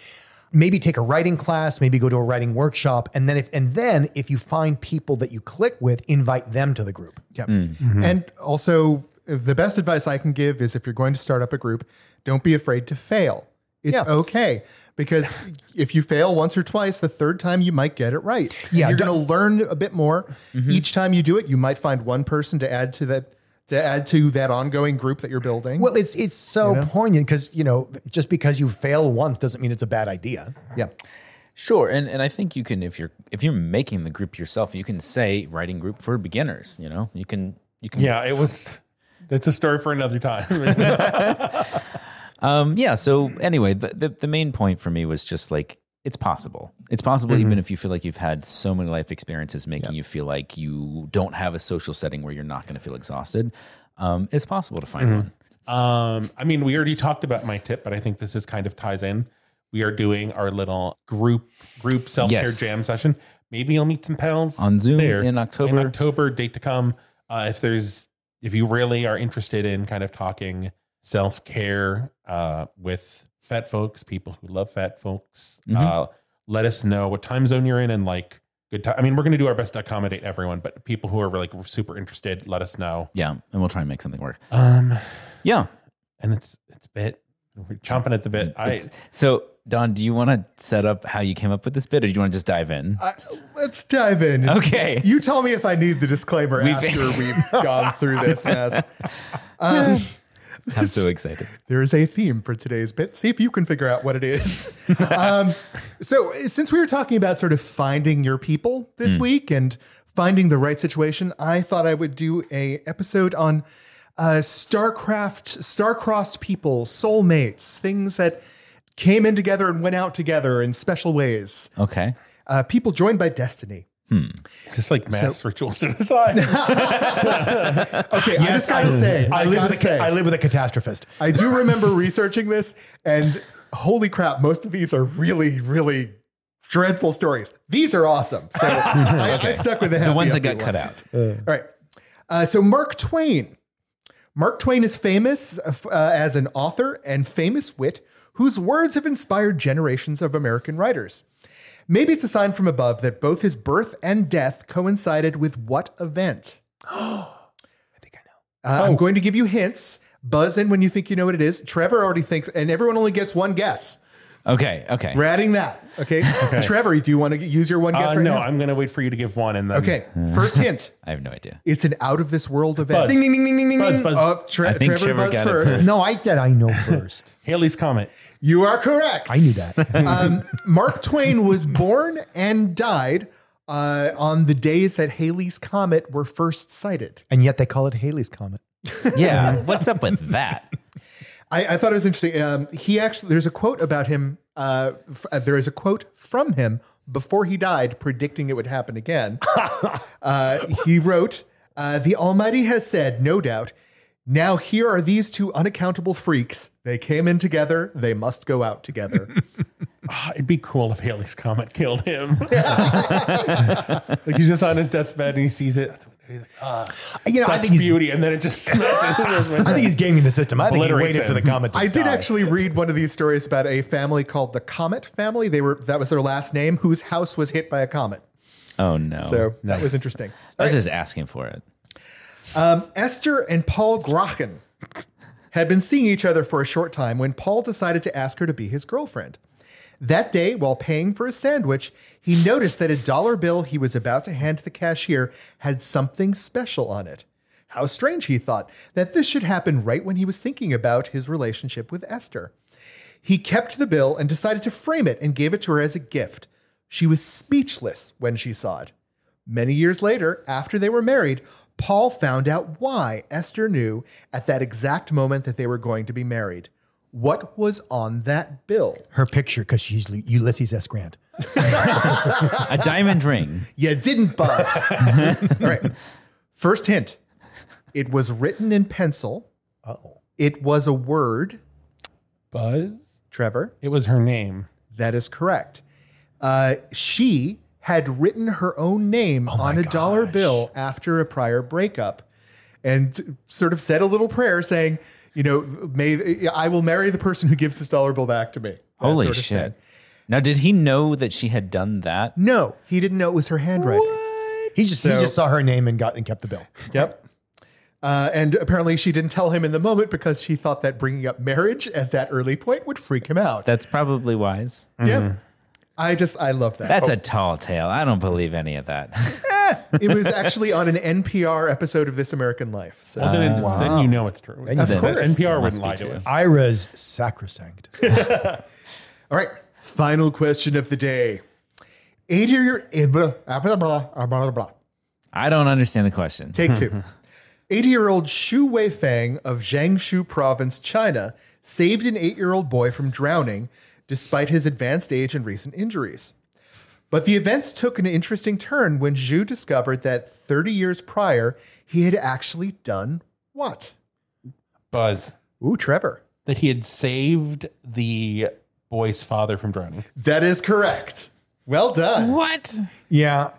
Speaker 2: Maybe take a writing class, maybe go to a writing workshop, and then if and then if you find people that you click with, invite them to the group.
Speaker 1: Yep. And also, the best advice I can give is if you're going to start up a group, don't be afraid to fail. It's
Speaker 2: Yeah.
Speaker 1: okay because if you fail once or twice, the third time you might get it right.
Speaker 2: Yeah,
Speaker 1: you're
Speaker 2: don't-
Speaker 1: going to learn a bit more each time you do it. You might find one person to add to that to add to that ongoing group that you're building.
Speaker 2: Well, it's it's so poignant because you know just because you fail once doesn't mean it's a bad idea.
Speaker 1: yeah.
Speaker 3: Sure, and and I think you can if you're if you're making the group yourself, you can say writing group for beginners. You know, you can you can
Speaker 4: yeah, it was. That's a story for another time. It was-
Speaker 3: Um, yeah. So anyway, the, the the main point for me was just like it's possible. It's possible even if you feel like you've had so many life experiences making you feel like you don't have a social setting where you're not going to feel exhausted. Um, it's possible to find one.
Speaker 4: um, I mean, we already talked about my tip, but I think this is kind of ties in. We are doing our little group group self care
Speaker 3: Yes.
Speaker 4: jam session. Maybe you'll meet some pals
Speaker 3: On Zoom
Speaker 4: there.
Speaker 3: in October.
Speaker 4: In October, date to come. Uh, if there's if you really are interested in kind of talking self care uh, with fat folks, people who love fat folks,
Speaker 3: Mm-hmm.
Speaker 4: uh, let us know what time zone you're in and like good time. I mean, we're going to do our best to accommodate everyone, but people who are like super interested, let us know.
Speaker 3: Yeah, and we'll try and make something work.
Speaker 4: Um,
Speaker 3: Yeah.
Speaker 4: and it's it's a bit we're chomping at the bit. I
Speaker 3: So Don, do you want to set up how you came up with this bit, or do you want to just dive in?
Speaker 1: I, let's dive in.
Speaker 3: Okay.
Speaker 1: You tell me if I need the disclaimer
Speaker 3: We've-
Speaker 1: after we've gone through this mess. Um,
Speaker 3: I'm so excited.
Speaker 1: There is a theme for today's bit. See if you can figure out what it is. um, so, uh, since we were talking about sort of finding your people this week and finding the right situation, I thought I would do a episode on uh, Starcraft, star-crossed people, soulmates, things that came in together and went out together in special ways.
Speaker 3: Okay.
Speaker 1: Uh, people joined by destiny.
Speaker 4: It's just like mass ritual suicide.
Speaker 1: Okay, I just gotta say, I,
Speaker 2: I, live
Speaker 1: gotta
Speaker 2: with a, ca-
Speaker 1: say,
Speaker 2: I live with a catastrophist.
Speaker 1: I do remember researching this, and holy crap, most of these are really, really dreadful stories. These are awesome. So I, I stuck with the,
Speaker 3: The
Speaker 1: happy,
Speaker 3: ones that
Speaker 1: happy
Speaker 3: got cut
Speaker 1: ones.
Speaker 3: out.
Speaker 1: All right. Uh, so Mark Twain. Mark Twain is famous uh, f- uh, as an author and famous wit whose words have inspired generations of American writers. Maybe it's a sign from above that both his birth and death coincided with what event? Uh,
Speaker 4: Oh.
Speaker 1: I'm going to give you hints. Buzz in when you think you know what it is. Trevor already thinks, and everyone only gets one guess.
Speaker 3: Okay. Okay.
Speaker 1: We're adding that. Okay. Trevor, do you want to use your one guess
Speaker 4: Uh,
Speaker 1: right
Speaker 4: no,
Speaker 1: now?
Speaker 4: I'm going to wait for you to give one and then.
Speaker 1: okay. First hint.
Speaker 3: I have no idea.
Speaker 1: It's an out of this world event.
Speaker 4: Buzz.
Speaker 2: Ding, ding, ding, ding, ding, ding.
Speaker 4: Buzz, buzz.
Speaker 1: Oh, Tre-
Speaker 3: I think
Speaker 1: Trevor,
Speaker 3: Trevor
Speaker 1: Buzz
Speaker 3: got it
Speaker 1: first.
Speaker 3: first.
Speaker 2: No, I said I know first.
Speaker 4: Haley's Comet.
Speaker 1: You are correct.
Speaker 2: I knew that.
Speaker 1: Um, Mark Twain was born and died uh, on the days that Halley's Comet were first sighted.
Speaker 2: and yet they call it Haley's Comet.
Speaker 3: Yeah. What's up with that?
Speaker 1: I, I thought it was interesting. Um, he actually, there's a quote about him. Uh, f- uh, there is a quote from him before he died, predicting it would happen again. uh, he wrote, uh, "The Almighty has said, no doubt. Now here are these two unaccountable freaks. They came in together. They must go out together."
Speaker 4: Ah, it'd be cool if Haley's Comet killed him. like he's just on his deathbed and he sees it. He's like, ah,
Speaker 2: You know,
Speaker 4: such
Speaker 2: I think he's.
Speaker 4: beauty. And then it just smashes.
Speaker 2: I think he's gaming the system. I think he
Speaker 4: Obliterates
Speaker 2: waited for
Speaker 4: him.
Speaker 2: the comet. To
Speaker 1: I did
Speaker 2: die.
Speaker 1: actually read one of these stories about a family called the Comet family. They were that was their last name, whose house was hit by a comet.
Speaker 3: Oh no.
Speaker 1: So that was interesting.
Speaker 3: I was just asking for it.
Speaker 1: Esther and Paul Grachen had been seeing each other for a short time when Paul decided to ask her to be his girlfriend. That day, while paying for a sandwich, he noticed that a dollar bill he was about to hand the cashier had something special on it. How strange, he thought, that this should happen right when he was thinking about his relationship with Esther. He kept the bill and decided to frame it and gave it to her as a gift. She was speechless when she saw it. Many years later, after they were married, Paul found out why Esther knew at that exact moment that they were going to be married. What was on that bill?
Speaker 2: her picture because she's Lu- Ulysses S. Grant.
Speaker 3: A diamond ring.
Speaker 1: You didn't, Buzz. All right. First hint it was written in pencil.
Speaker 2: Oh,
Speaker 1: It was a word,
Speaker 4: Buzz?
Speaker 1: Trevor.
Speaker 4: It was her name.
Speaker 1: That is correct. Uh, she had written her own name
Speaker 3: Oh
Speaker 1: on a dollar bill after a prior breakup and sort of said a little prayer saying, you know, may I will marry the person who gives this dollar bill back to me. That
Speaker 3: Holy
Speaker 1: sort of
Speaker 3: shit.
Speaker 1: thing.
Speaker 3: Now, did he know that she had done that?
Speaker 1: No, he didn't know it was her handwriting.
Speaker 2: he just
Speaker 1: So-
Speaker 2: he just saw her name and got and kept the bill.
Speaker 1: Yep. Uh, and apparently she didn't tell him in the moment because she thought that bringing up marriage at that early point would freak him out.
Speaker 3: That's probably wise.
Speaker 1: Yep. I just, I love that.
Speaker 3: Mm-hmm. That's a tall tale. I don't believe any of that.
Speaker 1: it was actually on an NPR episode of This American Life. So
Speaker 4: Well, then, then you know it's true.
Speaker 2: Of
Speaker 3: That-
Speaker 1: course.
Speaker 4: NPR
Speaker 3: must
Speaker 4: wouldn't lie
Speaker 3: be
Speaker 4: to
Speaker 3: true.
Speaker 4: us.
Speaker 2: Ira's sacrosanct.
Speaker 1: All right. Final question of the day. Eight year blah, ah, blah, blah, blah, blah, blah.
Speaker 3: I don't understand the question.
Speaker 1: Take two. 80 year old Xu Weifeng of Jiangsu province, China, saved an eight year old boy from drowning despite his advanced age and recent injuries. But the events took an interesting turn when Zhu discovered that 30 years prior, he had actually done what?
Speaker 4: Buzz.
Speaker 1: Ooh, Trevor.
Speaker 4: That he had saved the boy's father from drowning.
Speaker 1: That is correct. Well done.
Speaker 3: What?
Speaker 2: Yeah,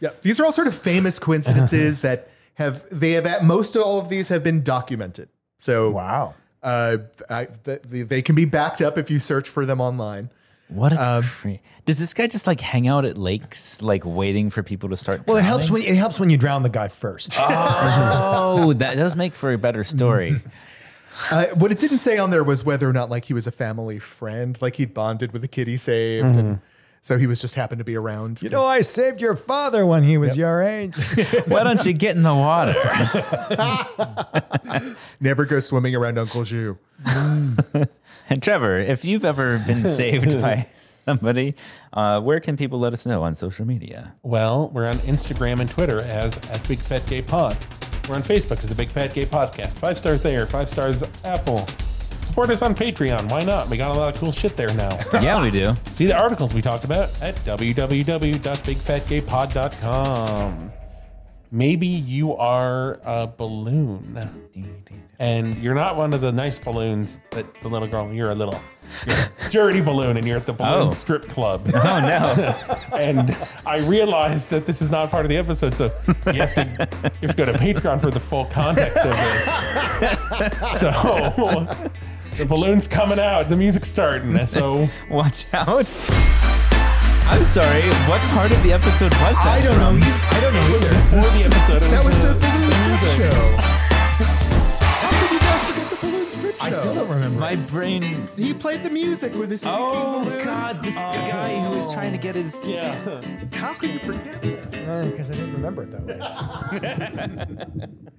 Speaker 1: Yeah, these are all sort of famous coincidences that have they have at most all of these have been documented. So
Speaker 2: wow.
Speaker 1: uh, I, th- they can be backed up if you search for them online.
Speaker 3: What a cre- Does this guy just like hang out at lakes, like waiting for people to start?
Speaker 2: Well, it helps
Speaker 3: drowning?
Speaker 2: when it helps when you drown the guy first.
Speaker 3: Oh, that does make for a better story.
Speaker 1: Uh, what it didn't say on there was whether or not like he was a family friend, like he'd bonded with a kid he saved. And So he was just happened to be around.
Speaker 2: You know, I saved your father when he was your age.
Speaker 6: Why don't you get in the water?
Speaker 1: never go swimming around Uncle Zhu.
Speaker 3: And Trevor, if you've ever been saved by somebody, uh, where can people let us know on social media?
Speaker 4: Well, we're on Instagram and Twitter as at Big Fat Gay Pod. We're on Facebook as the Big Fat Gay Podcast. Five stars there, five stars Apple. Support us on Patreon. Why not? We got a lot of cool shit there now.
Speaker 3: Yeah, we do.
Speaker 4: See the articles we talked about at www.bigfatgaypod.com. Maybe you are a balloon and you're not one of the nice balloons that's a little girl. You're a little you're a dirty balloon and you're at the balloon
Speaker 3: Oh.
Speaker 4: strip club.
Speaker 3: Oh no!
Speaker 4: and I realized that this is not part of the episode, so you have to, you have to go to Patreon for the full context of this. So the balloon's coming out, the music's starting. So
Speaker 3: Watch out! I'm sorry. What part of the episode was that?
Speaker 1: know. You, I don't know either.
Speaker 4: for the episode, it
Speaker 1: That was the balloon
Speaker 4: uh,
Speaker 1: strip show. How could you guys forget the balloon strip show?
Speaker 2: I still don't remember.
Speaker 3: My brain.
Speaker 1: He played the music with his sneaky balloon.
Speaker 3: Oh this guy who was trying to get his.
Speaker 4: yeah.
Speaker 1: How could you forget?
Speaker 2: Because I didn't remember it that way.